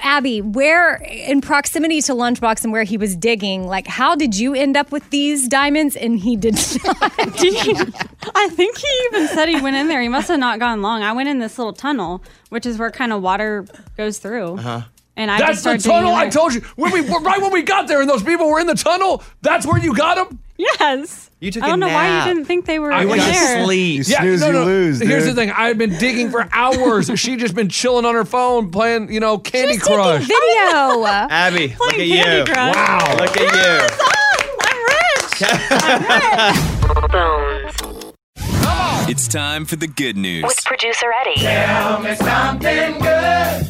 [SPEAKER 3] Abby, where in proximity to Lunchbox and where he was digging, like how did you end up with these diamonds and he did not?
[SPEAKER 13] I think he even said he went in there. He must have not gone long. I went in this little tunnel, which is where kind of water goes through.
[SPEAKER 7] Uh-huh.
[SPEAKER 13] And I
[SPEAKER 7] that's
[SPEAKER 13] just
[SPEAKER 7] the
[SPEAKER 13] started digging
[SPEAKER 7] tunnel
[SPEAKER 13] in
[SPEAKER 7] I
[SPEAKER 13] there.
[SPEAKER 7] told you. When we right when we got there and those people were in the tunnel, that's where you got them.
[SPEAKER 13] Yes.
[SPEAKER 7] You
[SPEAKER 13] I don't know why you didn't think they were in there.
[SPEAKER 2] You snooze, you lose,
[SPEAKER 7] Here's the
[SPEAKER 2] dude.
[SPEAKER 7] thing: I've been digging for hours. she just been chilling on her phone playing, you know, Candy Crush.
[SPEAKER 3] Video.
[SPEAKER 1] Abby, look at
[SPEAKER 7] Playing
[SPEAKER 1] you.
[SPEAKER 7] Candy Crush. Wow.
[SPEAKER 1] Look at you.
[SPEAKER 15] It's time for the good news.
[SPEAKER 8] With producer Eddie.
[SPEAKER 15] Tell me something
[SPEAKER 8] good.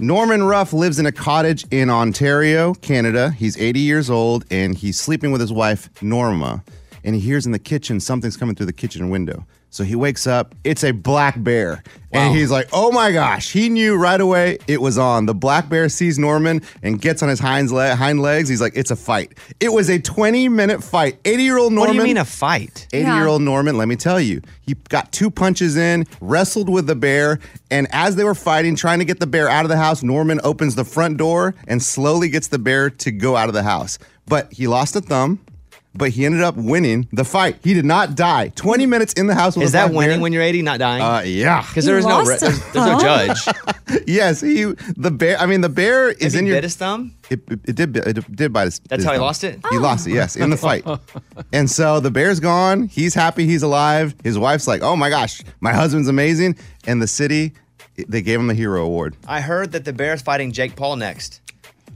[SPEAKER 2] Norman Ruff lives in a cottage in Ontario, Canada. He's 80 years old and he's sleeping with his wife, Norma. And he hears in the kitchen something's coming through the kitchen window. So he wakes up, it's a black bear. And he's like, oh my gosh. He knew right away it was on. The black bear sees Norman and gets on his hinds le- hind legs. He's like, it's a fight. It was a 20 minute fight. 80 year old
[SPEAKER 1] What
[SPEAKER 2] Norman.
[SPEAKER 1] do you mean a fight?
[SPEAKER 2] 80 year old Norman, let me tell you, he got two punches in, wrestled with the bear, and as they were fighting, trying to get the bear out of the house, Norman opens the front door and slowly gets the bear to go out of the house. But he lost a thumb, but he ended up winning the fight. He did not die. 20 minutes in the house with
[SPEAKER 1] Is
[SPEAKER 2] a
[SPEAKER 1] that
[SPEAKER 2] black
[SPEAKER 1] winning
[SPEAKER 2] bear.
[SPEAKER 1] when you're 80, not dying?
[SPEAKER 2] Uh, yeah.
[SPEAKER 1] Because there is no re- there's, there's no judge.
[SPEAKER 2] yes, he the bear. I mean, the bear is
[SPEAKER 1] he
[SPEAKER 2] in your.
[SPEAKER 1] bit his thumb?
[SPEAKER 2] It, it, it did. It did bite his.
[SPEAKER 1] That's
[SPEAKER 2] his
[SPEAKER 1] how he
[SPEAKER 2] thumb.
[SPEAKER 1] lost it?
[SPEAKER 2] He lost it. Yes, in the fight. and so the bear's gone. He's happy. He's alive. His wife's like, "Oh my gosh, my husband's amazing." And the city, it- they gave him the hero award.
[SPEAKER 1] I heard that the Bears fighting Jake Paul next.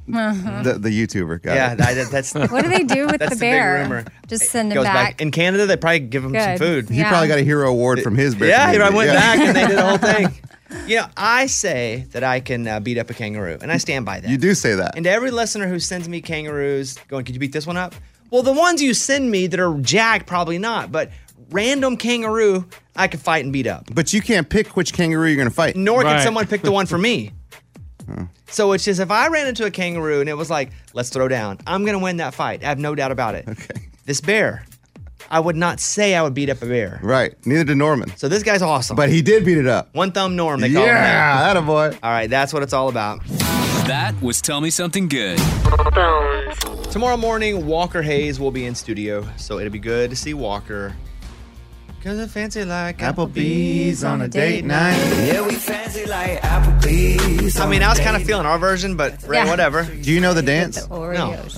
[SPEAKER 2] The, the YouTuber. Got
[SPEAKER 1] yeah,
[SPEAKER 2] it.
[SPEAKER 1] I, that- that's
[SPEAKER 3] What do they do with
[SPEAKER 1] Uh-huh. that's
[SPEAKER 3] the
[SPEAKER 1] the
[SPEAKER 3] bear?
[SPEAKER 1] Big rumor.
[SPEAKER 3] Just send him
[SPEAKER 1] Goes
[SPEAKER 3] back.
[SPEAKER 1] back. in Canada. They probably give him
[SPEAKER 3] Good.
[SPEAKER 1] some food.
[SPEAKER 2] He probably got a hero award from his bear.
[SPEAKER 1] Yeah, you know, I
[SPEAKER 2] community.
[SPEAKER 1] went
[SPEAKER 2] Yeah.
[SPEAKER 1] back and they did the whole thing. You know, I say that I can uh, beat up a kangaroo, and I stand by that.
[SPEAKER 2] You do say that.
[SPEAKER 1] And to every listener who sends me kangaroos, going, "Could you beat this one up?" Well, the ones you send me that are jacked, probably not. But random kangaroo, I can fight and beat up.
[SPEAKER 2] But you can't pick which kangaroo you're going to fight.
[SPEAKER 1] Nor can someone pick the one for me. So it's just if I ran into a kangaroo and it was like, "Let's throw down," I'm gonna win that fight. I have no doubt about it. Okay. This bear, I would not say I would beat up a bear.
[SPEAKER 2] Right. Neither did Norman.
[SPEAKER 1] So this guy's awesome.
[SPEAKER 2] But he did beat it up.
[SPEAKER 1] One thumb Norm, they call him.
[SPEAKER 2] Yeah,
[SPEAKER 1] now.
[SPEAKER 2] that a boy.
[SPEAKER 1] All right, that's what it's all about.
[SPEAKER 15] That was Tell Me Something Good.
[SPEAKER 1] Tomorrow morning, Walker Hayes will be in studio, so it'll be good to see Walker. Cause I fancy like Applebee's on a date night.
[SPEAKER 6] Yeah, we fancy like Applebee's.
[SPEAKER 1] I mean, I was kind of feeling our version, but Ray,
[SPEAKER 3] Yeah.
[SPEAKER 1] whatever.
[SPEAKER 2] Do you know the dance?
[SPEAKER 1] No,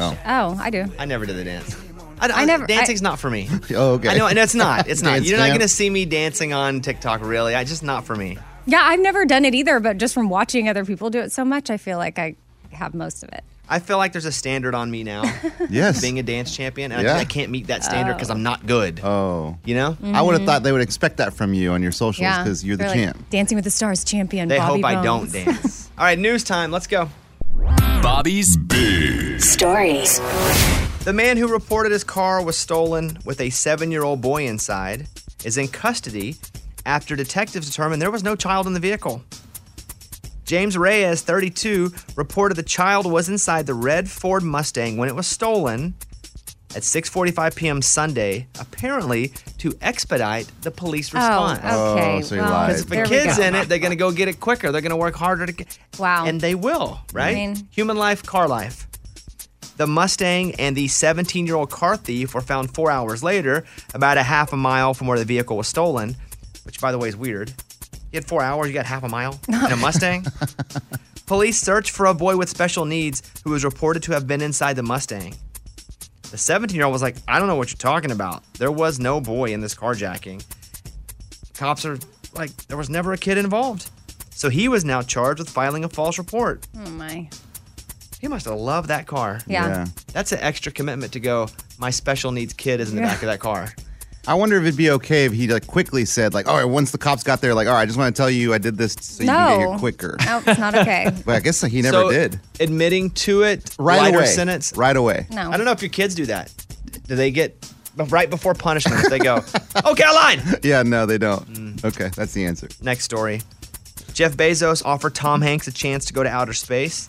[SPEAKER 2] Oh.
[SPEAKER 3] Oh, I do.
[SPEAKER 1] I never did the dance. I, never. Dancing's not for me.
[SPEAKER 2] Oh, okay.
[SPEAKER 1] I know, and it's not. It's not.
[SPEAKER 2] Dance
[SPEAKER 1] You're not
[SPEAKER 2] fam.
[SPEAKER 1] gonna see me dancing on TikTok, really. I just not for me.
[SPEAKER 3] Yeah, I've never done it either, but just from watching other people do it so much, I feel like I have most of it.
[SPEAKER 1] I feel like there's a standard on me now.
[SPEAKER 2] Yes.
[SPEAKER 1] Being a dance champion, and I
[SPEAKER 2] Yeah. Uh,
[SPEAKER 1] just- I, can't meet that standard because I'm not good.
[SPEAKER 2] Oh.
[SPEAKER 1] You know?
[SPEAKER 2] I would have
[SPEAKER 3] Mhm.
[SPEAKER 2] thought they would expect that from you on your socials because you're the
[SPEAKER 3] They're like,
[SPEAKER 2] champ.
[SPEAKER 3] Dancing with the Stars champion.
[SPEAKER 1] They
[SPEAKER 3] Bobby
[SPEAKER 1] hope I don't
[SPEAKER 3] Bones."
[SPEAKER 1] dance. All right, news time. Let's go.
[SPEAKER 15] Bobby's Big
[SPEAKER 1] Stories. The man who reported his car was stolen with a seven year old boy inside is in custody after detectives determined there was no child in the vehicle. James Reyes, 32, reported the child was inside the red Ford Mustang when it was stolen at 6:45 p.m. Sunday, apparently to expedite the police
[SPEAKER 3] Oh,
[SPEAKER 1] response.
[SPEAKER 3] okay, Oh, so he well, lied.
[SPEAKER 1] Because if
[SPEAKER 3] there
[SPEAKER 1] a
[SPEAKER 3] we
[SPEAKER 1] kid's
[SPEAKER 3] go.
[SPEAKER 1] in it, they're going to go get it quicker. They're going to work harder to get.
[SPEAKER 3] Wow.
[SPEAKER 1] And they will, right?
[SPEAKER 3] mean-
[SPEAKER 1] Human life, car life. The Mustang and the 17 year old car thief were found four hours later, about a half a mile from where the vehicle was stolen, which, by the way, is weird. You had four hours, you got half a mile in a Mustang? Police searched for a boy with special needs who was reported to have been inside the Mustang. The 17 year old was like, I don't know what you're talking about. There was no boy in this carjacking. Cops are like, there was never a kid involved. So he was now charged with filing a false report.
[SPEAKER 3] Oh my.
[SPEAKER 1] He must have loved that car.
[SPEAKER 3] Yeah. Yeah.
[SPEAKER 1] That's an extra commitment to go, my special needs kid is in the
[SPEAKER 3] Yeah.
[SPEAKER 1] back of that car.
[SPEAKER 2] I wonder if it'd be okay if he like quickly said like, all right, once the cops got there, like, all right, I just want to tell you I did this so you can get
[SPEAKER 3] No.
[SPEAKER 2] here quicker.
[SPEAKER 3] No, it's not okay.
[SPEAKER 2] But I guess he never
[SPEAKER 1] So,
[SPEAKER 2] did.
[SPEAKER 1] Admitting to it,
[SPEAKER 2] Right
[SPEAKER 1] lighter
[SPEAKER 2] away.
[SPEAKER 1] sentence.
[SPEAKER 2] Right away.
[SPEAKER 3] No.
[SPEAKER 1] I don't know if your kids do that. Do they get right before punishment? They go, "Oh, Caroline." Mm.
[SPEAKER 2] yeah, no, they don't. Okay, that's the answer.
[SPEAKER 1] Next story. Jeff Bezos offered Tom Hanks a chance to go to outer space.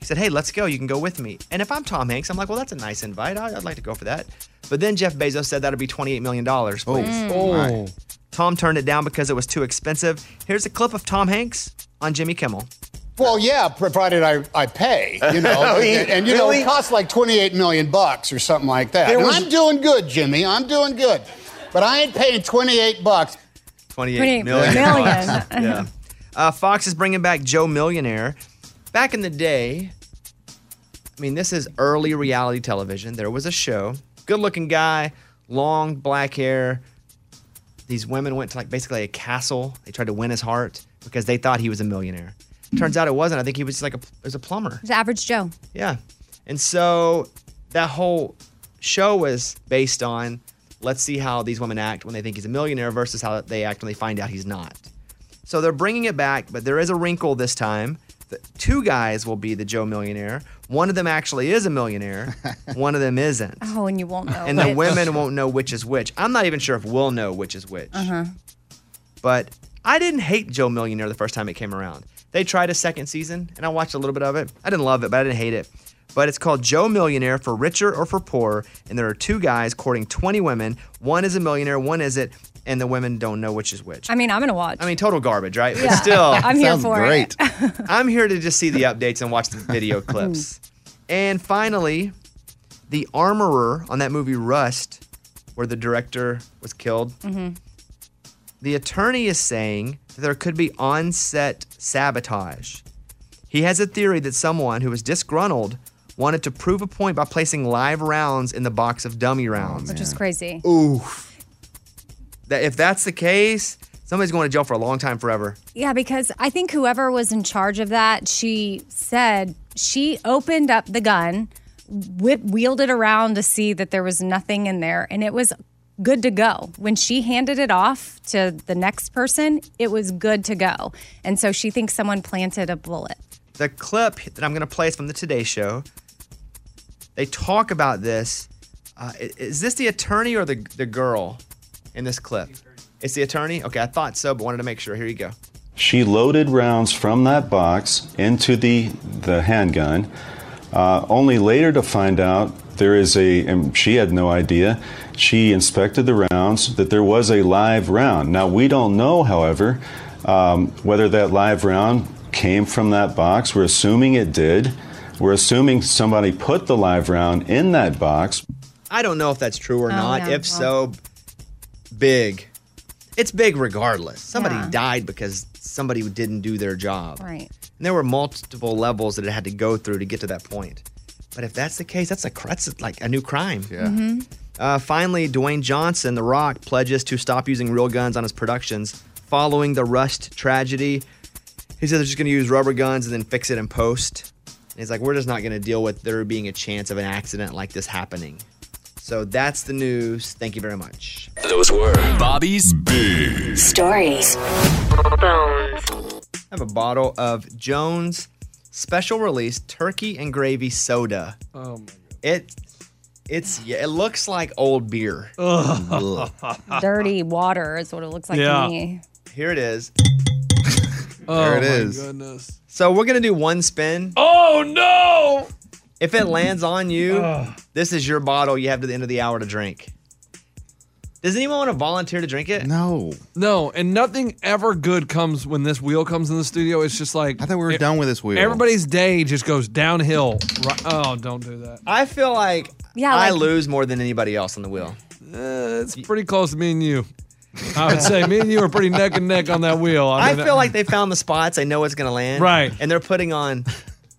[SPEAKER 1] He said, "Hey, let's go. You can go with me." And if I'm Tom Hanks, I'm like, "Well, that's a nice invite. I- I'd like to go for that." But then Jeff Bezos said that'd be 28 million dollars.
[SPEAKER 2] Oh, Mm. oh. my.
[SPEAKER 1] Tom turned it down because it was too expensive. Here's a clip of Tom Hanks on Jimmy Kimmel.
[SPEAKER 18] Well, yeah, provided I, I pay, you know,
[SPEAKER 1] Oh, he-
[SPEAKER 18] and, and, you know,
[SPEAKER 1] really?
[SPEAKER 18] it costs like 28 million bucks or something like that.
[SPEAKER 1] There
[SPEAKER 18] And
[SPEAKER 1] was-
[SPEAKER 18] I'm doing good, Jimmy. I'm doing good, but I ain't paying 28 bucks.
[SPEAKER 1] 28
[SPEAKER 18] 28
[SPEAKER 1] million.
[SPEAKER 18] million.
[SPEAKER 1] bucks. yeah. Uh, Fox is bringing back Joe Millionaire. Back in the day, I mean, this is early reality television. There was a show. Good looking guy, long black hair. These women went to like basically a castle. They tried to win his heart because they thought he was a millionaire. Turns out it wasn't. I think he was just like a, it was a plumber.
[SPEAKER 3] It's average Joe.
[SPEAKER 1] Yeah. And so that whole show was based on let's see how these women act when they think he's a millionaire versus how they act when they find out he's not. So they're bringing it back, but there is a wrinkle this time. The two guys will be the Joe millionaire. One of them actually is a millionaire, one of them isn't.
[SPEAKER 3] Oh, and you won't know.
[SPEAKER 1] And the women won't know which is which. I'm not even sure if we'll know which is which.
[SPEAKER 3] Uh huh.
[SPEAKER 1] But I didn't hate Joe Millionaire the first time it came around. They tried a second season, and I watched a little bit of it. I didn't love it, but I didn't hate it. But it's called Joe Millionaire for Richer or for Poor, and there are two guys courting 20 women. One is a millionaire, one isn't, and the women don't know which is which.
[SPEAKER 3] I mean, I'm gonna watch.
[SPEAKER 1] I mean, total garbage, right? But
[SPEAKER 3] Yeah.
[SPEAKER 1] still,
[SPEAKER 3] I'm here Sounds for it.
[SPEAKER 1] I'm here to just see the updates and watch the video clips. And finally, the armorer on that movie Rust, where the director was killed,
[SPEAKER 3] Mhm.
[SPEAKER 1] the attorney is saying that there could be on-set sabotage. He has a theory that someone who was disgruntled wanted to prove a point by placing live rounds in the box of dummy rounds.
[SPEAKER 3] Which is crazy.
[SPEAKER 1] Oof. That if that's the case, somebody's going to jail for a long time forever.
[SPEAKER 3] Yeah, because I think whoever was in charge of that, she said she opened up the gun, whip, wheeled it around to see that there was nothing in there, and it was good to go. When she handed it off to the next person, it was good to go. And so she thinks someone planted a bullet.
[SPEAKER 1] The clip that I'm going to play is from the Today Show. They talk about this. Uh, i- is this the attorney or the, the girl in this clip? It's the attorney? Okay, I thought so, but wanted to make sure. Here you go.
[SPEAKER 19] She loaded rounds from that box into the, the handgun, uh, only later to find out there is a, and she had no idea, she inspected the rounds, that there was a live round. Now, we don't know, however, um, whether that live round came from that box. We're assuming it did. We're assuming somebody put the live round in that box.
[SPEAKER 1] I don't know if that's true or
[SPEAKER 19] Oh,
[SPEAKER 1] not.
[SPEAKER 19] yeah,
[SPEAKER 1] if
[SPEAKER 19] well.
[SPEAKER 1] so, b- big. It's big regardless. Somebody died because somebody didn't do their job.
[SPEAKER 3] Right.
[SPEAKER 1] And there were multiple levels that it had to go through to get to that point. But if that's the case, that's a cr- that's like a new crime. Yeah.
[SPEAKER 14] Mm-hmm.
[SPEAKER 13] Mm-hmm.
[SPEAKER 3] Mhm.
[SPEAKER 1] Uh, finally, Dwayne Johnson, The Rock, pledges to stop using real guns on his productions following the Rust tragedy. He said they're just going to use rubber guns and then fix it in post. And he's like, we're just not going to deal with there being a chance of an accident like this happening. So that's the news. Thank you very much.
[SPEAKER 15] Those were Bobby's Big
[SPEAKER 8] Stories.
[SPEAKER 1] I have a bottle of Jones special release turkey and gravy soda.
[SPEAKER 7] Oh my
[SPEAKER 1] It it's yeah, it looks like old beer.
[SPEAKER 3] Ugh. Dirty water is what it looks like
[SPEAKER 1] Yeah.
[SPEAKER 3] to me.
[SPEAKER 1] Here it is.
[SPEAKER 7] Oh
[SPEAKER 1] there it
[SPEAKER 7] my
[SPEAKER 1] is. So we're gonna do one spin.
[SPEAKER 7] Oh no!
[SPEAKER 1] If it lands on you,
[SPEAKER 7] Ugh.
[SPEAKER 1] this is your bottle you have to the end of the hour to drink. Does anyone want to volunteer to drink it?
[SPEAKER 2] No.
[SPEAKER 7] No, and nothing ever good comes when this wheel comes in the studio. It's just like I thought we were
[SPEAKER 2] done with this wheel.
[SPEAKER 7] Everybody's day just goes downhill. Right. Oh, don't do that.
[SPEAKER 1] I feel like
[SPEAKER 7] Yeah,
[SPEAKER 1] I
[SPEAKER 7] like-
[SPEAKER 1] lose more than anybody else on the wheel.
[SPEAKER 7] Uh, it's pretty close to me and you. I would say me and you are pretty neck and neck on that wheel.
[SPEAKER 1] I
[SPEAKER 7] mean,
[SPEAKER 1] feel like they found the spots. They know it's going to land.
[SPEAKER 7] Oh, Right.
[SPEAKER 1] And they're putting on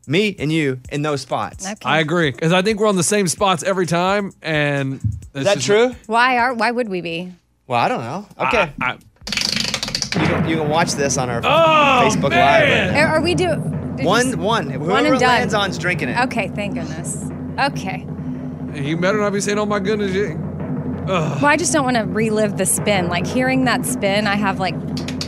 [SPEAKER 1] me and you in those spots.
[SPEAKER 7] I agree because I think we're on the same spots every time. And is that true?
[SPEAKER 3] Why are why would we be?
[SPEAKER 1] Well, I don't know. Okay.
[SPEAKER 7] I-
[SPEAKER 1] you, can, you can watch this on our
[SPEAKER 7] Oh,
[SPEAKER 1] Facebook Live.
[SPEAKER 3] Are, are we do
[SPEAKER 1] right
[SPEAKER 3] did
[SPEAKER 1] now.
[SPEAKER 3] you s-
[SPEAKER 1] One, one. Whoever
[SPEAKER 3] one and done.
[SPEAKER 1] lands on's drinking it.
[SPEAKER 3] Okay, thank goodness. Okay.
[SPEAKER 7] You better not be saying, "Oh my goodness." You, Ugh.
[SPEAKER 3] Well, I just don't want to relive the spin. Like hearing that spin, I have like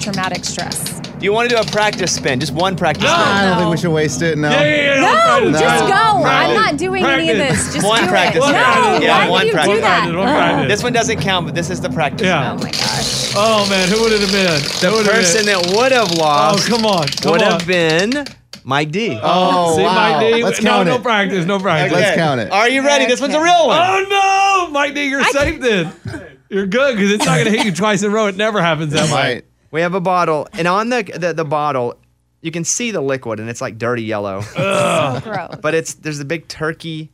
[SPEAKER 3] traumatic stress.
[SPEAKER 1] You want to do a practice spin? Just one practice spin.
[SPEAKER 2] I don't think we should waste it. No.
[SPEAKER 3] No, just go. I'm not doing any of this. Just
[SPEAKER 1] one
[SPEAKER 3] do
[SPEAKER 1] practice.
[SPEAKER 3] it.
[SPEAKER 1] spin.
[SPEAKER 3] No,
[SPEAKER 1] yeah,
[SPEAKER 3] why
[SPEAKER 1] one
[SPEAKER 3] do you
[SPEAKER 1] practice.
[SPEAKER 3] do that? Oh. Ugh.
[SPEAKER 1] This one doesn't count, but this is the practice.
[SPEAKER 7] Yeah.
[SPEAKER 1] Spin.
[SPEAKER 7] Oh man, who would it have been?
[SPEAKER 1] The
[SPEAKER 7] Who would it have
[SPEAKER 1] person
[SPEAKER 7] been?
[SPEAKER 1] that would have lost.
[SPEAKER 7] Oh, come on, come
[SPEAKER 1] would
[SPEAKER 7] on. Oh,
[SPEAKER 1] have been Mike D.
[SPEAKER 3] Oh,
[SPEAKER 7] See, Mike D. no, no practice, no practice.
[SPEAKER 1] Okay. Are you ready? This one's a real one.
[SPEAKER 7] Oh no, Mike D, you're safe then. You're good because it's not going to hit you twice in a row. It never happens that way.
[SPEAKER 1] We have a bottle, and on the the, the bottle, you can see the liquid, and it's like dirty yellow.
[SPEAKER 7] Ugh.
[SPEAKER 3] gross.
[SPEAKER 1] But it's there's a big turkey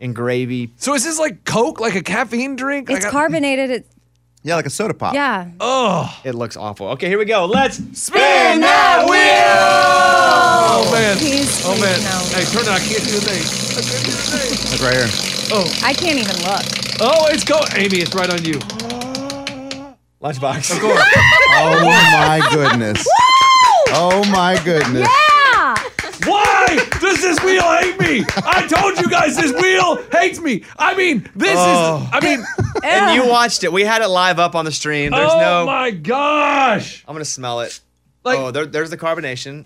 [SPEAKER 1] and gravy.
[SPEAKER 7] So is this like Coke, like a caffeine drink?
[SPEAKER 3] It's carbonated. It's
[SPEAKER 1] Yeah, like a soda pop.
[SPEAKER 3] yeah.
[SPEAKER 7] Oh,
[SPEAKER 1] it looks awful. Okay, here we go. Let's
[SPEAKER 7] spin
[SPEAKER 1] that
[SPEAKER 7] wheel. Oh man.
[SPEAKER 3] Please,
[SPEAKER 7] oh
[SPEAKER 3] please,
[SPEAKER 7] man.
[SPEAKER 3] no.
[SPEAKER 7] Hey, turn it. I can't do the thing.
[SPEAKER 2] Look right here.
[SPEAKER 7] Oh,
[SPEAKER 3] I can't even look.
[SPEAKER 7] oh, it's go. Amy, it's right on you.
[SPEAKER 1] Lunchbox.
[SPEAKER 7] Of course.
[SPEAKER 2] Oh my goodness. Oh my goodness.
[SPEAKER 3] Yeah.
[SPEAKER 7] Why does this wheel hate me? I told you guys this wheel hates me. I mean, this
[SPEAKER 1] Oh.
[SPEAKER 7] is. I mean,
[SPEAKER 1] And you watched it. We had it live up on the stream. There's
[SPEAKER 7] oh
[SPEAKER 1] no.
[SPEAKER 7] my gosh.
[SPEAKER 1] I'm gonna smell it. oh, there, there's the carbonation.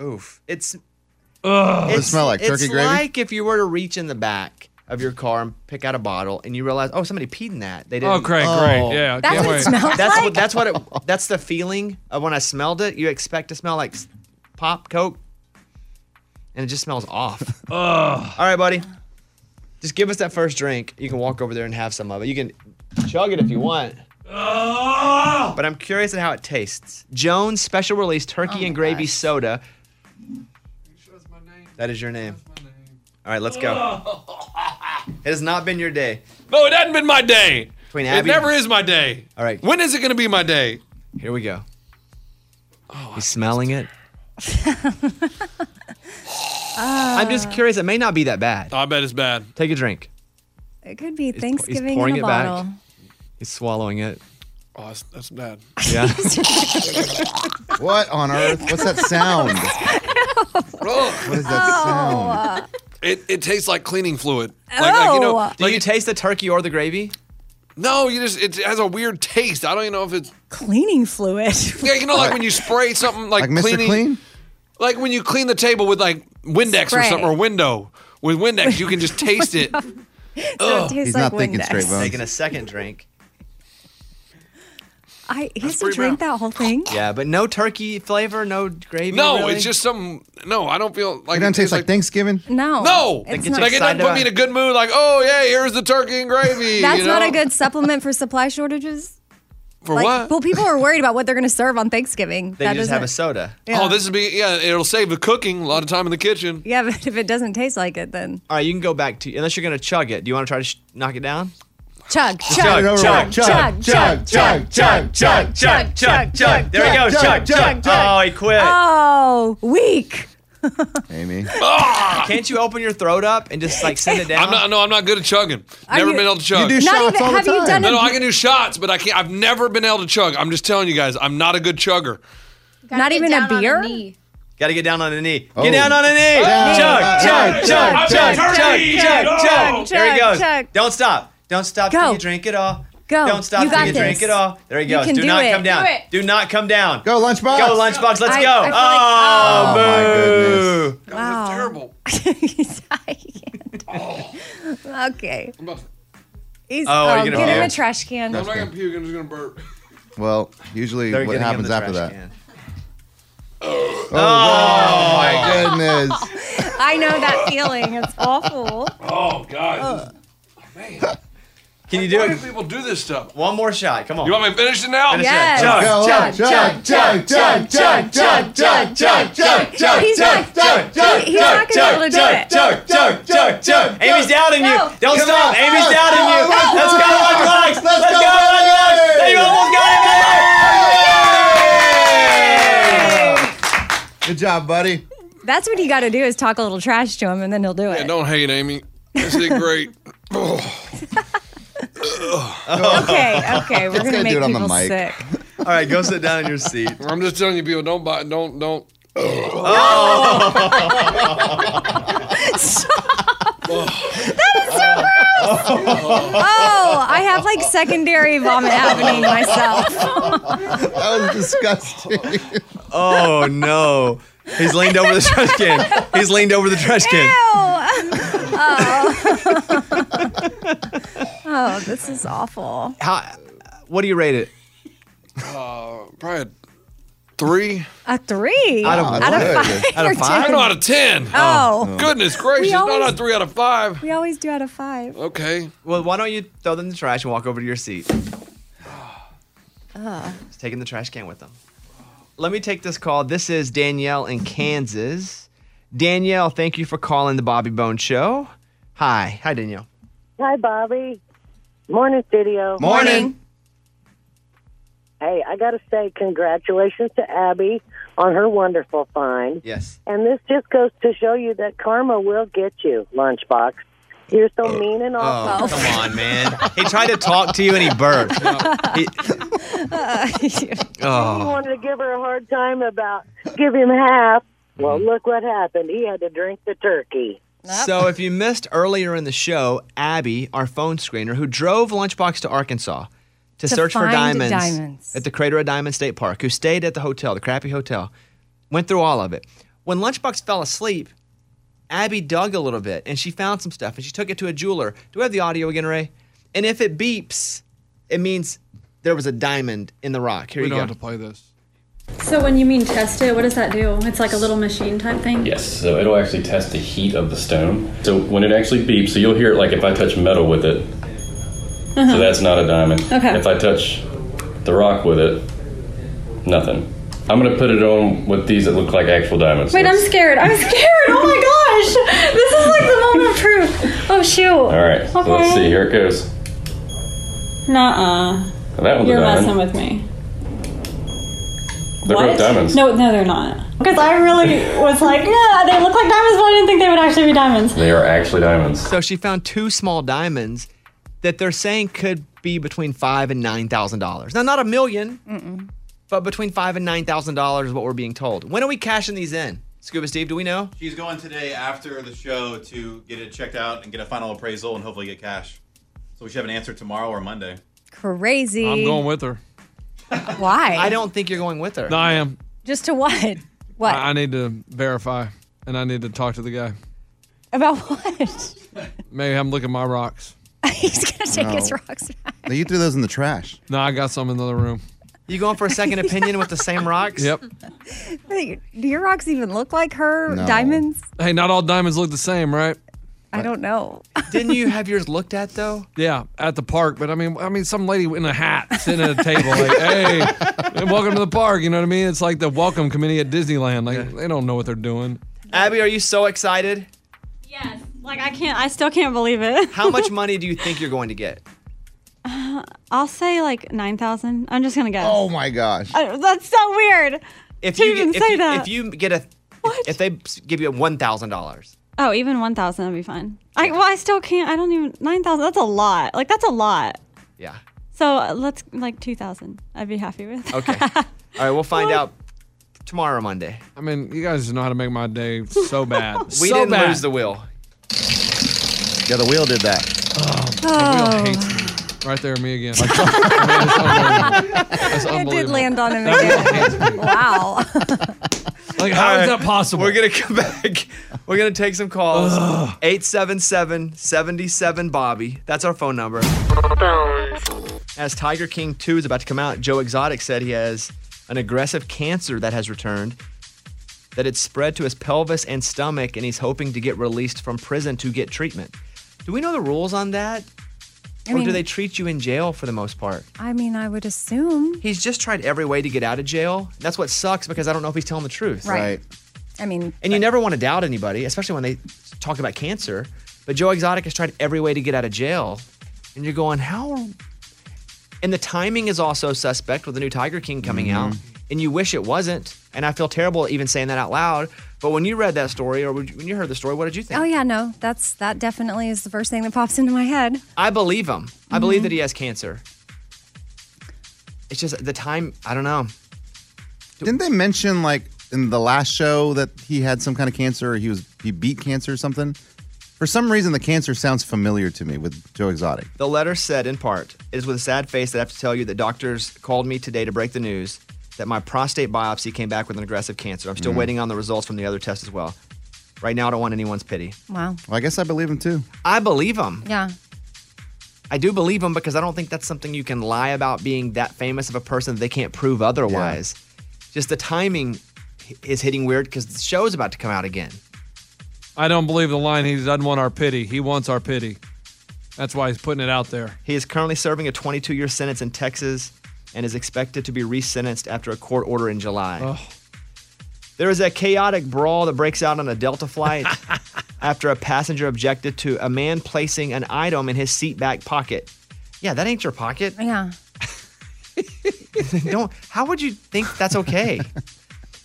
[SPEAKER 1] Oof. It's.
[SPEAKER 7] Ugh.
[SPEAKER 2] Does it smell like turkey
[SPEAKER 1] it's
[SPEAKER 2] gravy?
[SPEAKER 1] like if you were to reach in the back of your car and pick out a bottle, and you realize, oh, somebody peed in that. They didn't.
[SPEAKER 7] Oh, great, great. Yeah, I That's can't what it wait. smells
[SPEAKER 1] that's
[SPEAKER 7] like?
[SPEAKER 1] What, that's what. It, that's the feeling of when I smelled it. You expect to smell like s- pop, coke, and it just smells off.
[SPEAKER 7] Ugh.
[SPEAKER 1] All right, buddy. Just give us that first drink. You can walk over there and have some of it. You can chug it if you want. But I'm curious at how it tastes. Jones special release turkey and gravy soda. That is your name. All right, let's go. It has not been your day.
[SPEAKER 7] No, it hasn't been my day.
[SPEAKER 1] Between
[SPEAKER 7] it
[SPEAKER 1] Abby-
[SPEAKER 7] never is my day.
[SPEAKER 1] All right.
[SPEAKER 7] When is it going to be my day?
[SPEAKER 1] Here we go.
[SPEAKER 7] Oh,
[SPEAKER 1] He's smelling it. I'm
[SPEAKER 3] Ah,
[SPEAKER 1] just curious. It may not be that bad.
[SPEAKER 7] I bet it's bad.
[SPEAKER 1] Take a drink.
[SPEAKER 3] It could be
[SPEAKER 1] He's
[SPEAKER 3] Thanksgiving
[SPEAKER 1] pouring
[SPEAKER 3] in a
[SPEAKER 1] it
[SPEAKER 3] bottle.
[SPEAKER 1] back. He's swallowing it.
[SPEAKER 7] Oh, that's, that's bad.
[SPEAKER 1] Yeah.
[SPEAKER 2] What on earth? What's that sound? What is that sound?
[SPEAKER 7] It, it tastes like cleaning fluid.
[SPEAKER 1] Oh.
[SPEAKER 7] Like, like, you know,
[SPEAKER 1] Do you taste the turkey or the gravy?
[SPEAKER 7] no, you just it has a weird taste. I don't even know if it's
[SPEAKER 3] Cleaning fluid.
[SPEAKER 7] yeah, you know, like when you spray something like,
[SPEAKER 2] Like Mr.
[SPEAKER 7] cleaning,
[SPEAKER 2] Clean?
[SPEAKER 7] like when you clean the table with like Windex or
[SPEAKER 3] Spray.
[SPEAKER 7] something or window with Windex, you can just taste it.
[SPEAKER 3] So it
[SPEAKER 7] Ugh.
[SPEAKER 3] tastes He's not like thinking Windex. straight, Bones.
[SPEAKER 1] Taking a second drink.
[SPEAKER 3] I he has to drink that whole thing.
[SPEAKER 1] Yeah, but no turkey flavor, no gravy.
[SPEAKER 7] No,
[SPEAKER 1] really?
[SPEAKER 7] it's just something. No, I don't feel like
[SPEAKER 2] It doesn't taste like Thanksgiving.
[SPEAKER 3] No.
[SPEAKER 7] No,
[SPEAKER 3] It's
[SPEAKER 7] like,
[SPEAKER 3] not,
[SPEAKER 7] it doesn't put me in a good mood. Like, oh yeah, here's the turkey and gravy.
[SPEAKER 3] that's
[SPEAKER 7] you
[SPEAKER 3] not
[SPEAKER 7] know?
[SPEAKER 3] a good supplement for supply shortages.
[SPEAKER 7] for
[SPEAKER 3] like,
[SPEAKER 7] what?
[SPEAKER 3] Well, people are worried about what they're going to serve on Thanksgiving.
[SPEAKER 1] They
[SPEAKER 3] that
[SPEAKER 1] just have a
[SPEAKER 3] doesn't-
[SPEAKER 1] soda.
[SPEAKER 3] Yeah.
[SPEAKER 7] Oh, this would be yeah. It'll save the cooking. A lot of time in the kitchen.
[SPEAKER 3] Yeah, but if it doesn't taste like it, then
[SPEAKER 1] All right, you can go back to unless you're gonna chug it. Do you want to try to sh- knock it down?
[SPEAKER 3] chug,
[SPEAKER 1] Just
[SPEAKER 3] chug,
[SPEAKER 1] chug,
[SPEAKER 3] chug,
[SPEAKER 1] chug, chug,
[SPEAKER 3] chug, chug,
[SPEAKER 1] chug, chug, chug, chug, chug, chug. There we go, chug, chug. Oh, he quit.
[SPEAKER 3] Oh, weak.
[SPEAKER 2] Amy.
[SPEAKER 1] Can't you open your throat up and just like send it down?
[SPEAKER 7] I'm not. No, I'm not good at chugging.
[SPEAKER 3] Are
[SPEAKER 7] Never
[SPEAKER 3] you-
[SPEAKER 7] been able to chug.
[SPEAKER 3] You do Not shots even- all the have you time. done
[SPEAKER 7] No, no,
[SPEAKER 3] it-
[SPEAKER 7] I can do shots, but I can't. I've never been able to chug. I'm just telling you guys, I'm not a good chugger.
[SPEAKER 3] Not even a beer.
[SPEAKER 1] Got to get down on a knee. Get
[SPEAKER 5] Oh.
[SPEAKER 1] down on a knee.
[SPEAKER 5] Down.
[SPEAKER 1] Chug, chug,
[SPEAKER 5] Chug,
[SPEAKER 1] chug, chug,
[SPEAKER 5] chug,
[SPEAKER 1] chug,
[SPEAKER 5] turkey.
[SPEAKER 1] chug,
[SPEAKER 5] Go.
[SPEAKER 1] chug. There he
[SPEAKER 5] Chug,
[SPEAKER 1] goes.
[SPEAKER 5] chug.
[SPEAKER 1] Don't stop. Don't stop till you drink it all.
[SPEAKER 5] Go.
[SPEAKER 1] Don't stop
[SPEAKER 5] You
[SPEAKER 1] till
[SPEAKER 5] got
[SPEAKER 1] you drink
[SPEAKER 5] this.
[SPEAKER 1] it all. There he
[SPEAKER 5] You
[SPEAKER 1] goes.
[SPEAKER 5] can
[SPEAKER 1] do
[SPEAKER 5] do
[SPEAKER 1] not
[SPEAKER 5] it.
[SPEAKER 1] come down.
[SPEAKER 5] Do it.
[SPEAKER 1] Do not come down. Go
[SPEAKER 2] lunchbox.
[SPEAKER 1] Go lunchbox. Let's
[SPEAKER 5] I-
[SPEAKER 1] go.
[SPEAKER 5] I feel like- Oh.
[SPEAKER 1] oh, boo.
[SPEAKER 3] Wow.
[SPEAKER 5] terrible.
[SPEAKER 1] Oh.
[SPEAKER 3] okay. He's,
[SPEAKER 2] Oh, are you gonna
[SPEAKER 3] give him a
[SPEAKER 2] puke?
[SPEAKER 3] trash can.
[SPEAKER 2] I'm not gonna
[SPEAKER 3] puke. I'm just gonna burp.
[SPEAKER 2] Well, usually
[SPEAKER 1] They're
[SPEAKER 2] what
[SPEAKER 1] getting him
[SPEAKER 2] happens
[SPEAKER 1] the
[SPEAKER 2] after
[SPEAKER 1] trash
[SPEAKER 2] that? Oh, wow, my goodness.
[SPEAKER 3] I know that feeling. It's awful.
[SPEAKER 5] Oh, God.
[SPEAKER 3] Ugh.
[SPEAKER 1] Can you do
[SPEAKER 5] it? people do this stuff?
[SPEAKER 1] One more shot. Come on.
[SPEAKER 5] You want me to finish it now?
[SPEAKER 1] Finish it. Yes. Chug, Go on. chug, Chug, chug, chug, chug, chug, chug, chug, chug, chug,
[SPEAKER 5] He's
[SPEAKER 1] chug,
[SPEAKER 5] not-
[SPEAKER 1] chug,
[SPEAKER 5] he- he's
[SPEAKER 1] chug,
[SPEAKER 5] not gonna be able to
[SPEAKER 1] chug,
[SPEAKER 5] do it.
[SPEAKER 1] chug, chug, chug, chug. Amy's doubting you.
[SPEAKER 5] No.
[SPEAKER 1] Don't
[SPEAKER 5] Come
[SPEAKER 1] stop.
[SPEAKER 5] on.
[SPEAKER 1] Amy's
[SPEAKER 5] Go.
[SPEAKER 1] doubting you.
[SPEAKER 5] Go.
[SPEAKER 1] Let's go,
[SPEAKER 5] Go.
[SPEAKER 1] Lunchbox.
[SPEAKER 5] Let's
[SPEAKER 1] Let's
[SPEAKER 5] go,
[SPEAKER 1] go, Lunchbox. Hey, you almost got it,
[SPEAKER 2] Good job, buddy.
[SPEAKER 3] That's what you got to do is talk a little trash to him, and then he'll do it.
[SPEAKER 5] Yeah, don't hate Amy. This did great.
[SPEAKER 3] Okay, okay, we're It's gonna gonna make do it on the people mic. sick.
[SPEAKER 1] All right, go sit down in your seat.
[SPEAKER 5] I'm just telling you, people, don't buy, don't, don't.
[SPEAKER 3] Oh, I have like secondary vomit happening myself.
[SPEAKER 2] That was disgusting.
[SPEAKER 1] Oh no. He's leaned over the trash can. He's leaned over the trash can.
[SPEAKER 3] oh. oh, this is awful.
[SPEAKER 1] How? What do you rate it?
[SPEAKER 5] Uh, probably a three.
[SPEAKER 3] A three
[SPEAKER 5] Out of what?
[SPEAKER 3] five.
[SPEAKER 5] Out of
[SPEAKER 3] or
[SPEAKER 5] five?
[SPEAKER 3] ten?
[SPEAKER 5] No, out of ten.
[SPEAKER 3] Oh,
[SPEAKER 5] Goodness gracious,
[SPEAKER 3] We
[SPEAKER 5] not
[SPEAKER 3] always-
[SPEAKER 5] a three out of five.
[SPEAKER 3] we always do out of five.
[SPEAKER 1] Okay. Well, why don't you throw them in the trash and walk over to your seat?
[SPEAKER 13] Ah.
[SPEAKER 3] Ugh.
[SPEAKER 1] He's taking the trash can with them. Let me take this call. This is Danielle in Kansas. Danielle, thank you for calling the Bobby Bone Show. Hi. Hi, Danielle.
[SPEAKER 20] Hi, Bobby. Morning, studio.
[SPEAKER 1] Morning.
[SPEAKER 20] Hey, I got to say, congratulations to Abby on her wonderful find.
[SPEAKER 1] Yes.
[SPEAKER 20] And this just goes to show you that karma will get you, Lunchbox. You're so mean and
[SPEAKER 1] Oh,
[SPEAKER 20] awful.
[SPEAKER 1] come on, man. He tried to talk to you and he burped. He-
[SPEAKER 20] He
[SPEAKER 1] oh.
[SPEAKER 20] wanted to give her a hard time about give him half. Well,
[SPEAKER 1] Mm-hmm.
[SPEAKER 20] look what happened. He had to drink the turkey.
[SPEAKER 1] So, if you missed earlier in the show, Abby, our phone screener, who drove Lunchbox to Arkansas to,
[SPEAKER 3] To
[SPEAKER 1] search for
[SPEAKER 3] find
[SPEAKER 1] diamonds,
[SPEAKER 3] diamonds.
[SPEAKER 1] at the Crater of Diamond State Park, who stayed at the hotel, the crappy hotel, went through all of it. When Lunchbox fell asleep, Abby dug a little bit and she found some stuff and she took it to a jeweler. Do we have the audio again, Ray? And if it beeps, it means there was a diamond in the rock. Here
[SPEAKER 5] we
[SPEAKER 1] you
[SPEAKER 5] don't
[SPEAKER 1] go.
[SPEAKER 5] have to play this.
[SPEAKER 13] So when you mean test it, what does that do? It's like a little machine type thing.
[SPEAKER 17] Yes, so it'll actually test the heat of the stone. So when it actually beeps, so you'll hear it like if I touch metal with it, so that's not a diamond.
[SPEAKER 13] Okay.
[SPEAKER 17] If I touch the rock with it, nothing. I'm gonna put it on with these that look like actual diamonds.
[SPEAKER 13] Wait, I'm scared. I'm scared. Oh my gosh. This is like the moment of truth. Oh shoot.
[SPEAKER 17] All right, so let's see. Here it goes.
[SPEAKER 13] Nuh-uh.
[SPEAKER 17] Now that one's
[SPEAKER 13] You're
[SPEAKER 17] a diamond.
[SPEAKER 13] messing with me.
[SPEAKER 17] They're both diamonds.
[SPEAKER 13] No, no, they're not. Because I really was like, yeah, they look like diamonds, but I didn't think they would actually be diamonds.
[SPEAKER 17] They are actually diamonds.
[SPEAKER 1] So she found two small diamonds that they're saying could be between five and nine thousand dollars. Now, not a 1000000 but between five and nine thousand dollars is what we're being told. When are we cashing these in, Scuba Steve? Do we know?
[SPEAKER 21] She's going today after the show to get it checked out and get a final appraisal and hopefully get cash. So we should have an answer tomorrow or Monday.
[SPEAKER 3] Crazy.
[SPEAKER 7] with her.
[SPEAKER 3] Why?
[SPEAKER 1] I don't think you're going with her.
[SPEAKER 7] No, I am.
[SPEAKER 3] Just to what? What?
[SPEAKER 7] I, I need to verify, and I need to talk to the guy.
[SPEAKER 3] About what?
[SPEAKER 7] Maybe have him look at my rocks.
[SPEAKER 3] He's gonna take his
[SPEAKER 7] No.
[SPEAKER 3] rocks.
[SPEAKER 2] No, you threw those in the trash.
[SPEAKER 7] No, I got some in the other room.
[SPEAKER 1] You going for a second opinion with the same rocks?
[SPEAKER 7] Yep.
[SPEAKER 3] Wait, Do your rocks even look like her
[SPEAKER 7] No.
[SPEAKER 3] diamonds?
[SPEAKER 7] Hey, not all diamonds look the same, right?
[SPEAKER 3] I don't know.
[SPEAKER 1] Didn't you have yours looked at though?
[SPEAKER 7] Yeah, at the park. But I mean, I mean, some lady in a hat sitting at a table, like, "Hey, and welcome to the park." You know what I mean? It's like the welcome committee at Disneyland. Like, they don't know what they're doing.
[SPEAKER 1] Abby, are you so excited?
[SPEAKER 13] Like I can't. I still can't believe it.
[SPEAKER 1] How much money do you think you're going to get?
[SPEAKER 13] Uh, I'll say like nine thousand. I'm just gonna guess.
[SPEAKER 2] Oh my gosh.
[SPEAKER 13] I, that's so weird.
[SPEAKER 1] If
[SPEAKER 13] To
[SPEAKER 1] you
[SPEAKER 13] even
[SPEAKER 1] get, if
[SPEAKER 13] say
[SPEAKER 1] you,
[SPEAKER 13] that.
[SPEAKER 1] if you get a if they give you one thousand dollars,
[SPEAKER 13] Oh, even one thousand would be fine. I well, I still can't. I don't even nine thousand. That's a lot. Like that's a lot.
[SPEAKER 1] yeah.
[SPEAKER 13] So uh, let's like two thousand. I'd be happy with.
[SPEAKER 1] Okay. All right, we'll find out Tomorrow, Monday.
[SPEAKER 7] I mean, you guys know how to make my day so bad.
[SPEAKER 1] We
[SPEAKER 7] So
[SPEAKER 1] didn't
[SPEAKER 7] bad.
[SPEAKER 1] lose the wheel.
[SPEAKER 2] Yeah, the wheel did that.
[SPEAKER 7] The wheel hates me. Right there, me again. I mean, it's unbelievable. It's
[SPEAKER 3] It did
[SPEAKER 7] unbelievable.
[SPEAKER 3] land on him again. wow.
[SPEAKER 7] Like, how is
[SPEAKER 1] All right,
[SPEAKER 7] that possible?
[SPEAKER 1] We're going to come back. We're going to take some calls. 877 77 Bobby. That's our phone number. As Tiger King 2 is about to come out, Joe Exotic said he has an aggressive cancer that has returned, that it's spread to his pelvis and stomach, and he's hoping to get released from prison to get treatment. Do we know the rules on that?
[SPEAKER 3] I
[SPEAKER 1] or
[SPEAKER 3] mean-
[SPEAKER 1] do they treat you in jail for the most part?
[SPEAKER 3] I mean, I would assume.
[SPEAKER 1] He's just tried every way to get out of jail. That's what sucks because I don't know if he's telling the truth.
[SPEAKER 3] Right. I mean,
[SPEAKER 1] And you never want to doubt anybody, especially when they talk about cancer. But Joe Exotic has tried every way to get out of jail. And you're going, how? And the timing is also suspect with the new Tiger King coming out. And you wish it wasn't. And I feel terrible even saying that out loud. But when you read that story or when you heard the story, what did you think?
[SPEAKER 3] oh yeah, no, that's that definitely is the first thing that pops into my head.
[SPEAKER 1] I believe him. I believe
[SPEAKER 3] Mhm.
[SPEAKER 1] that he has cancer. It's just the time, I don't know.
[SPEAKER 2] Didn't they mention like in the last show that he had some kind of cancer or he was he beat cancer or something? For some reason, the cancer sounds familiar to me with Joe Exotic.
[SPEAKER 1] The letter said, in part, it is with a sad face that I have to tell you that doctors called me today to break the news that my prostate biopsy came back with an aggressive cancer. I'm still
[SPEAKER 2] Mm.
[SPEAKER 1] waiting on the results from the other test as well. Right now, I don't want anyone's pity.
[SPEAKER 3] Wow.
[SPEAKER 2] Well, I guess I believe him too.
[SPEAKER 1] I believe him.
[SPEAKER 3] Yeah.
[SPEAKER 1] I do believe him because I don't think that's something you can lie about being that famous of a person that they can't prove otherwise. Just the timing h- is hitting weird because the show is about to come out again.
[SPEAKER 7] I don't believe the line. He doesn't want our pity. He wants our pity. That's why he's putting it out there.
[SPEAKER 1] He is currently serving a 22 year sentence in Texas and is expected to be resentenced after a court order in July. There is a chaotic brawl that breaks out on a Delta flight after a passenger objected to a man placing an item in his seat back pocket. Yeah, that ain't your pocket.
[SPEAKER 3] Yeah.
[SPEAKER 1] Don't. How would you think that's okay?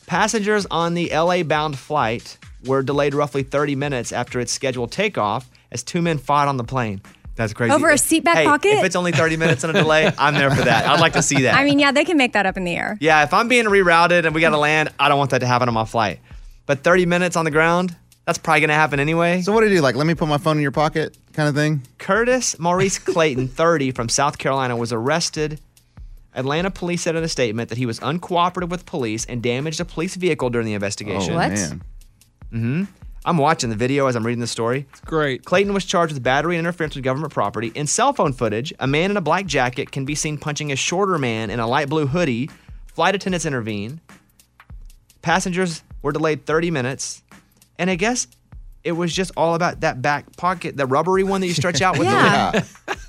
[SPEAKER 1] Passengers on the LA bound flight were delayed roughly 30 minutes after its scheduled takeoff as two men fought on the plane. That's crazy.
[SPEAKER 3] Over a seat back
[SPEAKER 1] Hey,
[SPEAKER 3] pocket?
[SPEAKER 1] If it's only 30 minutes on a delay, I'm there for that. I'd like to see that.
[SPEAKER 3] I mean, yeah, they can make that up in the air.
[SPEAKER 1] yeah, if I'm being rerouted and we got to land, I don't want that to happen on my flight. But 30 minutes on the ground, that's probably going to happen anyway.
[SPEAKER 2] So what do you do? Like, let me put my phone in your pocket, kind of thing.
[SPEAKER 1] Curtis Maurice Clayton, 30, from South Carolina, was arrested. Atlanta police said in a statement that he was uncooperative with police and damaged a police vehicle during the investigation.
[SPEAKER 2] Oh, What? man.
[SPEAKER 1] Mm-hmm. I'm watching the video as I'm reading the story. It's
[SPEAKER 7] great.
[SPEAKER 1] Clayton was charged with battery and interference with government property. In cell phone footage, a man in a black jacket can be seen punching a shorter man in a light blue hoodie. Flight attendants intervene. Passengers were delayed 30 minutes. And I guess it was just all about that back pocket, the rubbery one that you stretch out with
[SPEAKER 3] Yeah.
[SPEAKER 1] the lid.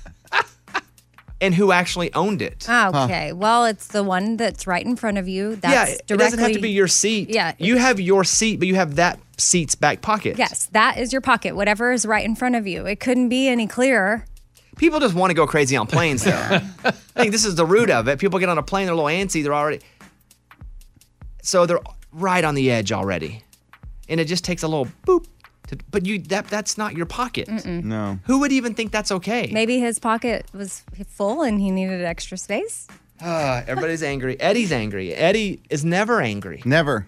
[SPEAKER 1] and who actually owned it.
[SPEAKER 3] Ah, Okay. Well, it's the one that's right in front of you. That's
[SPEAKER 1] yeah,
[SPEAKER 3] directly.
[SPEAKER 1] it doesn't have to be your seat.
[SPEAKER 3] Yeah.
[SPEAKER 1] You have your seat, but you have that seat's back pocket.
[SPEAKER 3] Yes, that is your pocket. Whatever is right in front of you. It couldn't be any clearer.
[SPEAKER 1] People just want to go crazy on planes, though. I think this is the root of it. People get on a plane, they're a little antsy, they're already. So they're right on the edge already. And it just takes a little boop. To, but you that that's not your pocket.
[SPEAKER 2] No.
[SPEAKER 1] Who would even think that's okay?
[SPEAKER 3] Maybe his pocket was full and he needed extra space.
[SPEAKER 1] Ah, everybody's angry. Eddie's angry. Eddie is never angry.
[SPEAKER 2] Never.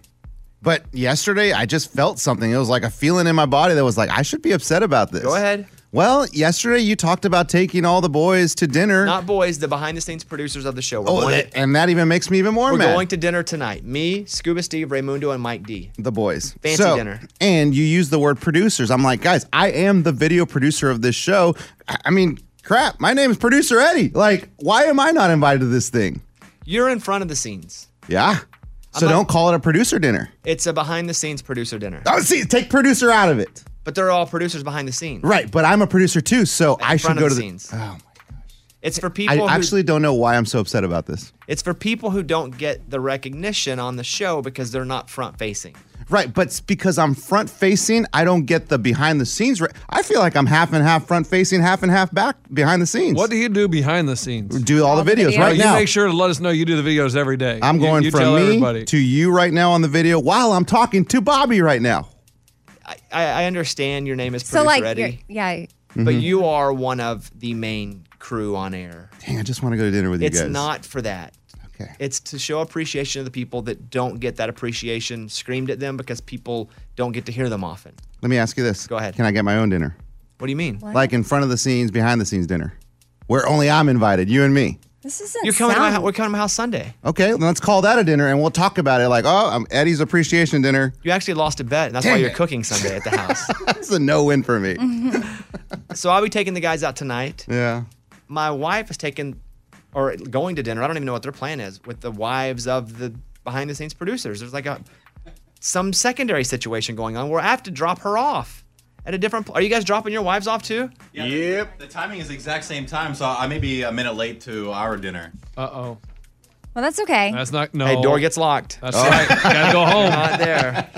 [SPEAKER 2] But yesterday, I just felt something. It was like a feeling in my body that was like, I should be upset about this. Go
[SPEAKER 1] ahead.
[SPEAKER 2] Well, yesterday you talked about taking all the boys to dinner.
[SPEAKER 1] Not boys, the behind the scenes producers of the show. We're,
[SPEAKER 2] oh,
[SPEAKER 1] going,
[SPEAKER 2] that- and that even makes me even more
[SPEAKER 1] we're
[SPEAKER 2] mad.
[SPEAKER 1] going to dinner tonight. Me, Scuba Steve, Raymundo, and Mike D.
[SPEAKER 2] the boys.
[SPEAKER 1] Fancy
[SPEAKER 2] So-
[SPEAKER 1] dinner.
[SPEAKER 2] And you use the word producers. I'm like, guys, I am the video producer of this show. I I mean, crap, my name is producer Eddie. Like, why am I not invited to this thing?
[SPEAKER 1] You're in front of the scenes.
[SPEAKER 2] Yeah. So
[SPEAKER 1] not-
[SPEAKER 2] don't call it a producer dinner.
[SPEAKER 1] It's a behind the scenes producer dinner.
[SPEAKER 2] Oh, see, take producer out of it.
[SPEAKER 1] But they're all producers behind the scenes.
[SPEAKER 2] Right, but I'm a producer too, so I should
[SPEAKER 1] front of
[SPEAKER 2] go to
[SPEAKER 1] the
[SPEAKER 2] the Oh,
[SPEAKER 1] scenes. It's for
[SPEAKER 2] I
[SPEAKER 1] people who,
[SPEAKER 2] actually don't know why I'm so upset about this.
[SPEAKER 1] it's for people who don't get the recognition on the show because they're not front facing.
[SPEAKER 2] Right, but it's because I'm front facing, I don't get the behind the scenes. Re- I feel like I'm half and half front facing, half and half back behind the scenes. What
[SPEAKER 7] do you do behind the scenes?
[SPEAKER 2] Do all, the videos, right
[SPEAKER 7] you
[SPEAKER 2] now.
[SPEAKER 7] make sure to let us know you do the videos every day.
[SPEAKER 2] I'm
[SPEAKER 7] You-
[SPEAKER 2] going
[SPEAKER 7] you,
[SPEAKER 2] from
[SPEAKER 7] tell
[SPEAKER 2] me
[SPEAKER 7] everybody.
[SPEAKER 2] to you right now on the video while I'm talking to Bobby right now.
[SPEAKER 1] I, I understand your name is producer
[SPEAKER 3] So like, you're-
[SPEAKER 1] Eddie,
[SPEAKER 3] yeah.
[SPEAKER 1] but
[SPEAKER 2] Mhm.
[SPEAKER 1] you are one of the main crew on air.
[SPEAKER 2] Dang, I just want to go to dinner with you
[SPEAKER 1] It's
[SPEAKER 2] guys.
[SPEAKER 1] not for that.
[SPEAKER 2] Okay.
[SPEAKER 1] It's to show appreciation to the people that don't get that appreciation screamed at them because people don't get to hear them often.
[SPEAKER 2] Let me ask you this. Go ahead. Can I get my own dinner?
[SPEAKER 1] What do you mean?
[SPEAKER 2] Like in front of the scenes, behind the scenes dinner, where only I'm invited, you and me.
[SPEAKER 3] This isn't.
[SPEAKER 1] You're coming to my, hou- we're coming to my house Sunday.
[SPEAKER 2] Okay, then let's call that a dinner and we'll talk about it. Like, oh, I'm Eddie's appreciation dinner.
[SPEAKER 1] You actually lost a bet, and that's why
[SPEAKER 2] Dang
[SPEAKER 1] you're
[SPEAKER 2] it.
[SPEAKER 1] cooking Sunday at the house.
[SPEAKER 2] That's a no win for me.
[SPEAKER 3] Mm-hmm.
[SPEAKER 1] so I'll be taking the guys out tonight.
[SPEAKER 2] Yeah.
[SPEAKER 1] My wife is taking or going to dinner. I don't even know what their plan is with the wives of the behind the scenes producers. There's like a some secondary situation going on where I have to drop her off at a different. pl- Are you guys dropping your wives off too?
[SPEAKER 21] Yeah, yep. The, the timing is the exact same time, so I may be a minute late to our dinner.
[SPEAKER 7] Uh oh.
[SPEAKER 3] Well, that's okay.
[SPEAKER 7] That's not no.
[SPEAKER 1] Hey, door gets locked.
[SPEAKER 7] That's right. Gotta go
[SPEAKER 21] Oh.
[SPEAKER 7] home.
[SPEAKER 1] Not there.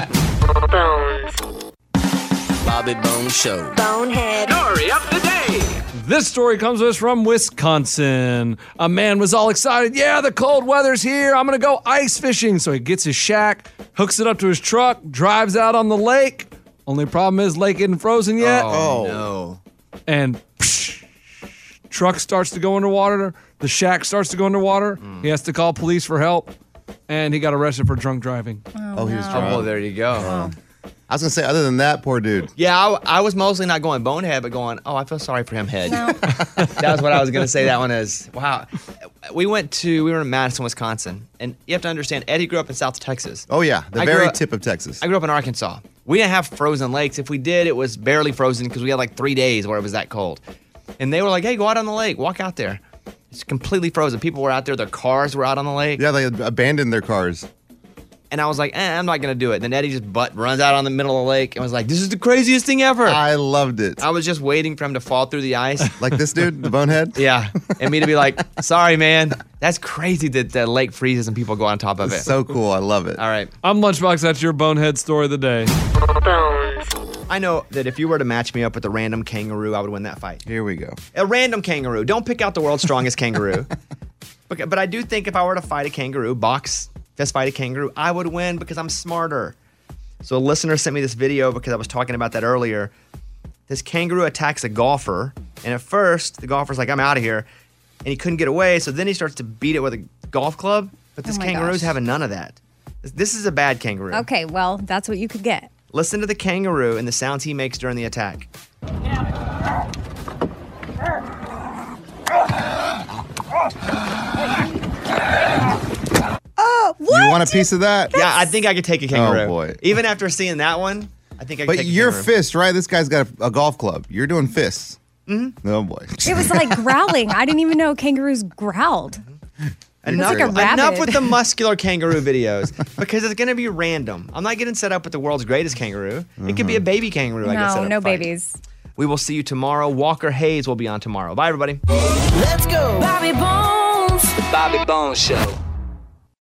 [SPEAKER 7] Bobby Bone Show.
[SPEAKER 8] Bonehead. Story of the day.
[SPEAKER 7] This story comes to us from Wisconsin. A man was all excited. Yeah, the cold weather's here. I'm going to go ice fishing. So he gets his shack, hooks it up to his truck, drives out on the lake. Only problem is, lake isn't frozen yet.
[SPEAKER 1] Oh, no.
[SPEAKER 7] And psh, truck starts to go underwater. The shack starts to go underwater. He has to call police for help. And he got arrested for drunk driving.
[SPEAKER 2] Oh, he was no. drunk.
[SPEAKER 1] Oh, there you go.
[SPEAKER 2] I was gonna say, other than that, poor dude.
[SPEAKER 1] Yeah, I, I was mostly not going bonehead, but going, oh, I feel sorry for him, head. that was what I was going to say. That one is, wow. We went to, we were in Madison, Wisconsin, and you have to understand, Eddie grew up in South Texas.
[SPEAKER 2] Oh yeah, the
[SPEAKER 1] I grew
[SPEAKER 2] very
[SPEAKER 1] up-
[SPEAKER 2] tip of Texas.
[SPEAKER 1] I grew up in Arkansas. We didn't have frozen lakes. If we did, it was barely frozen because we had like three days where it was that cold. And they were like, hey, go out on the lake, walk out there. It's completely frozen. People were out there, their cars were out on the lake.
[SPEAKER 2] Yeah, they abandoned their cars.
[SPEAKER 1] And I was like, eh, I'm not going to do it. Then Eddie just butt runs out on the middle of the lake and was like, this is the craziest thing ever. I
[SPEAKER 2] loved it.
[SPEAKER 1] I was just waiting for him to fall through the ice.
[SPEAKER 2] like this dude, the bonehead?
[SPEAKER 1] Yeah. And me to be like, sorry, man. That's crazy that the lake freezes and people go on top of it.
[SPEAKER 2] So cool. I love it.
[SPEAKER 1] All right.
[SPEAKER 7] I'm Lunchbox. That's your bonehead story of the day.
[SPEAKER 1] I know that if you were to match me up with a random kangaroo, I would win that fight.
[SPEAKER 2] Here we go.
[SPEAKER 1] A random kangaroo. Don't pick out the world's strongest kangaroo. But, but I do think if I were to fight a kangaroo, box, fist fight a kangaroo, I would win because I'm smarter. So a listener sent me this video because I was talking about that earlier. This kangaroo attacks a golfer, and at first the golfer's like, "I'm out of here," and he couldn't get away. So then he starts to beat it with a golf club. But this
[SPEAKER 3] Oh my
[SPEAKER 1] kangaroo's
[SPEAKER 3] gosh.
[SPEAKER 1] having none of that. This- This is a bad kangaroo.
[SPEAKER 3] Okay, well, that's what you could get.
[SPEAKER 1] Listen to the kangaroo and the sounds he makes during the attack.
[SPEAKER 3] Oh, what?
[SPEAKER 2] You want a piece of that?
[SPEAKER 1] Yeah, I think I could take a kangaroo.
[SPEAKER 2] Oh, boy.
[SPEAKER 1] Even after seeing that one, I think I could
[SPEAKER 2] But
[SPEAKER 1] take a
[SPEAKER 2] your
[SPEAKER 1] kangaroo.
[SPEAKER 2] fist, right? This guy's got a, a golf club. You're doing fists.
[SPEAKER 1] Mm-hmm.
[SPEAKER 3] Mhm.
[SPEAKER 2] Oh boy.
[SPEAKER 3] It was like growling. I didn't even know kangaroos growled. It was
[SPEAKER 1] Enough,
[SPEAKER 3] like a rabbit.
[SPEAKER 1] enough with the muscular kangaroo videos because it's going to be random. I'm not getting set up with the world's greatest kangaroo. It could be
[SPEAKER 2] Mm-hmm.
[SPEAKER 1] a baby kangaroo. I guess.
[SPEAKER 3] No, no babies.
[SPEAKER 1] We will see you tomorrow. Walker Hayes will be on tomorrow. Bye, everybody.
[SPEAKER 6] Let's go. Bobby Bones. The Bobby Bones Show.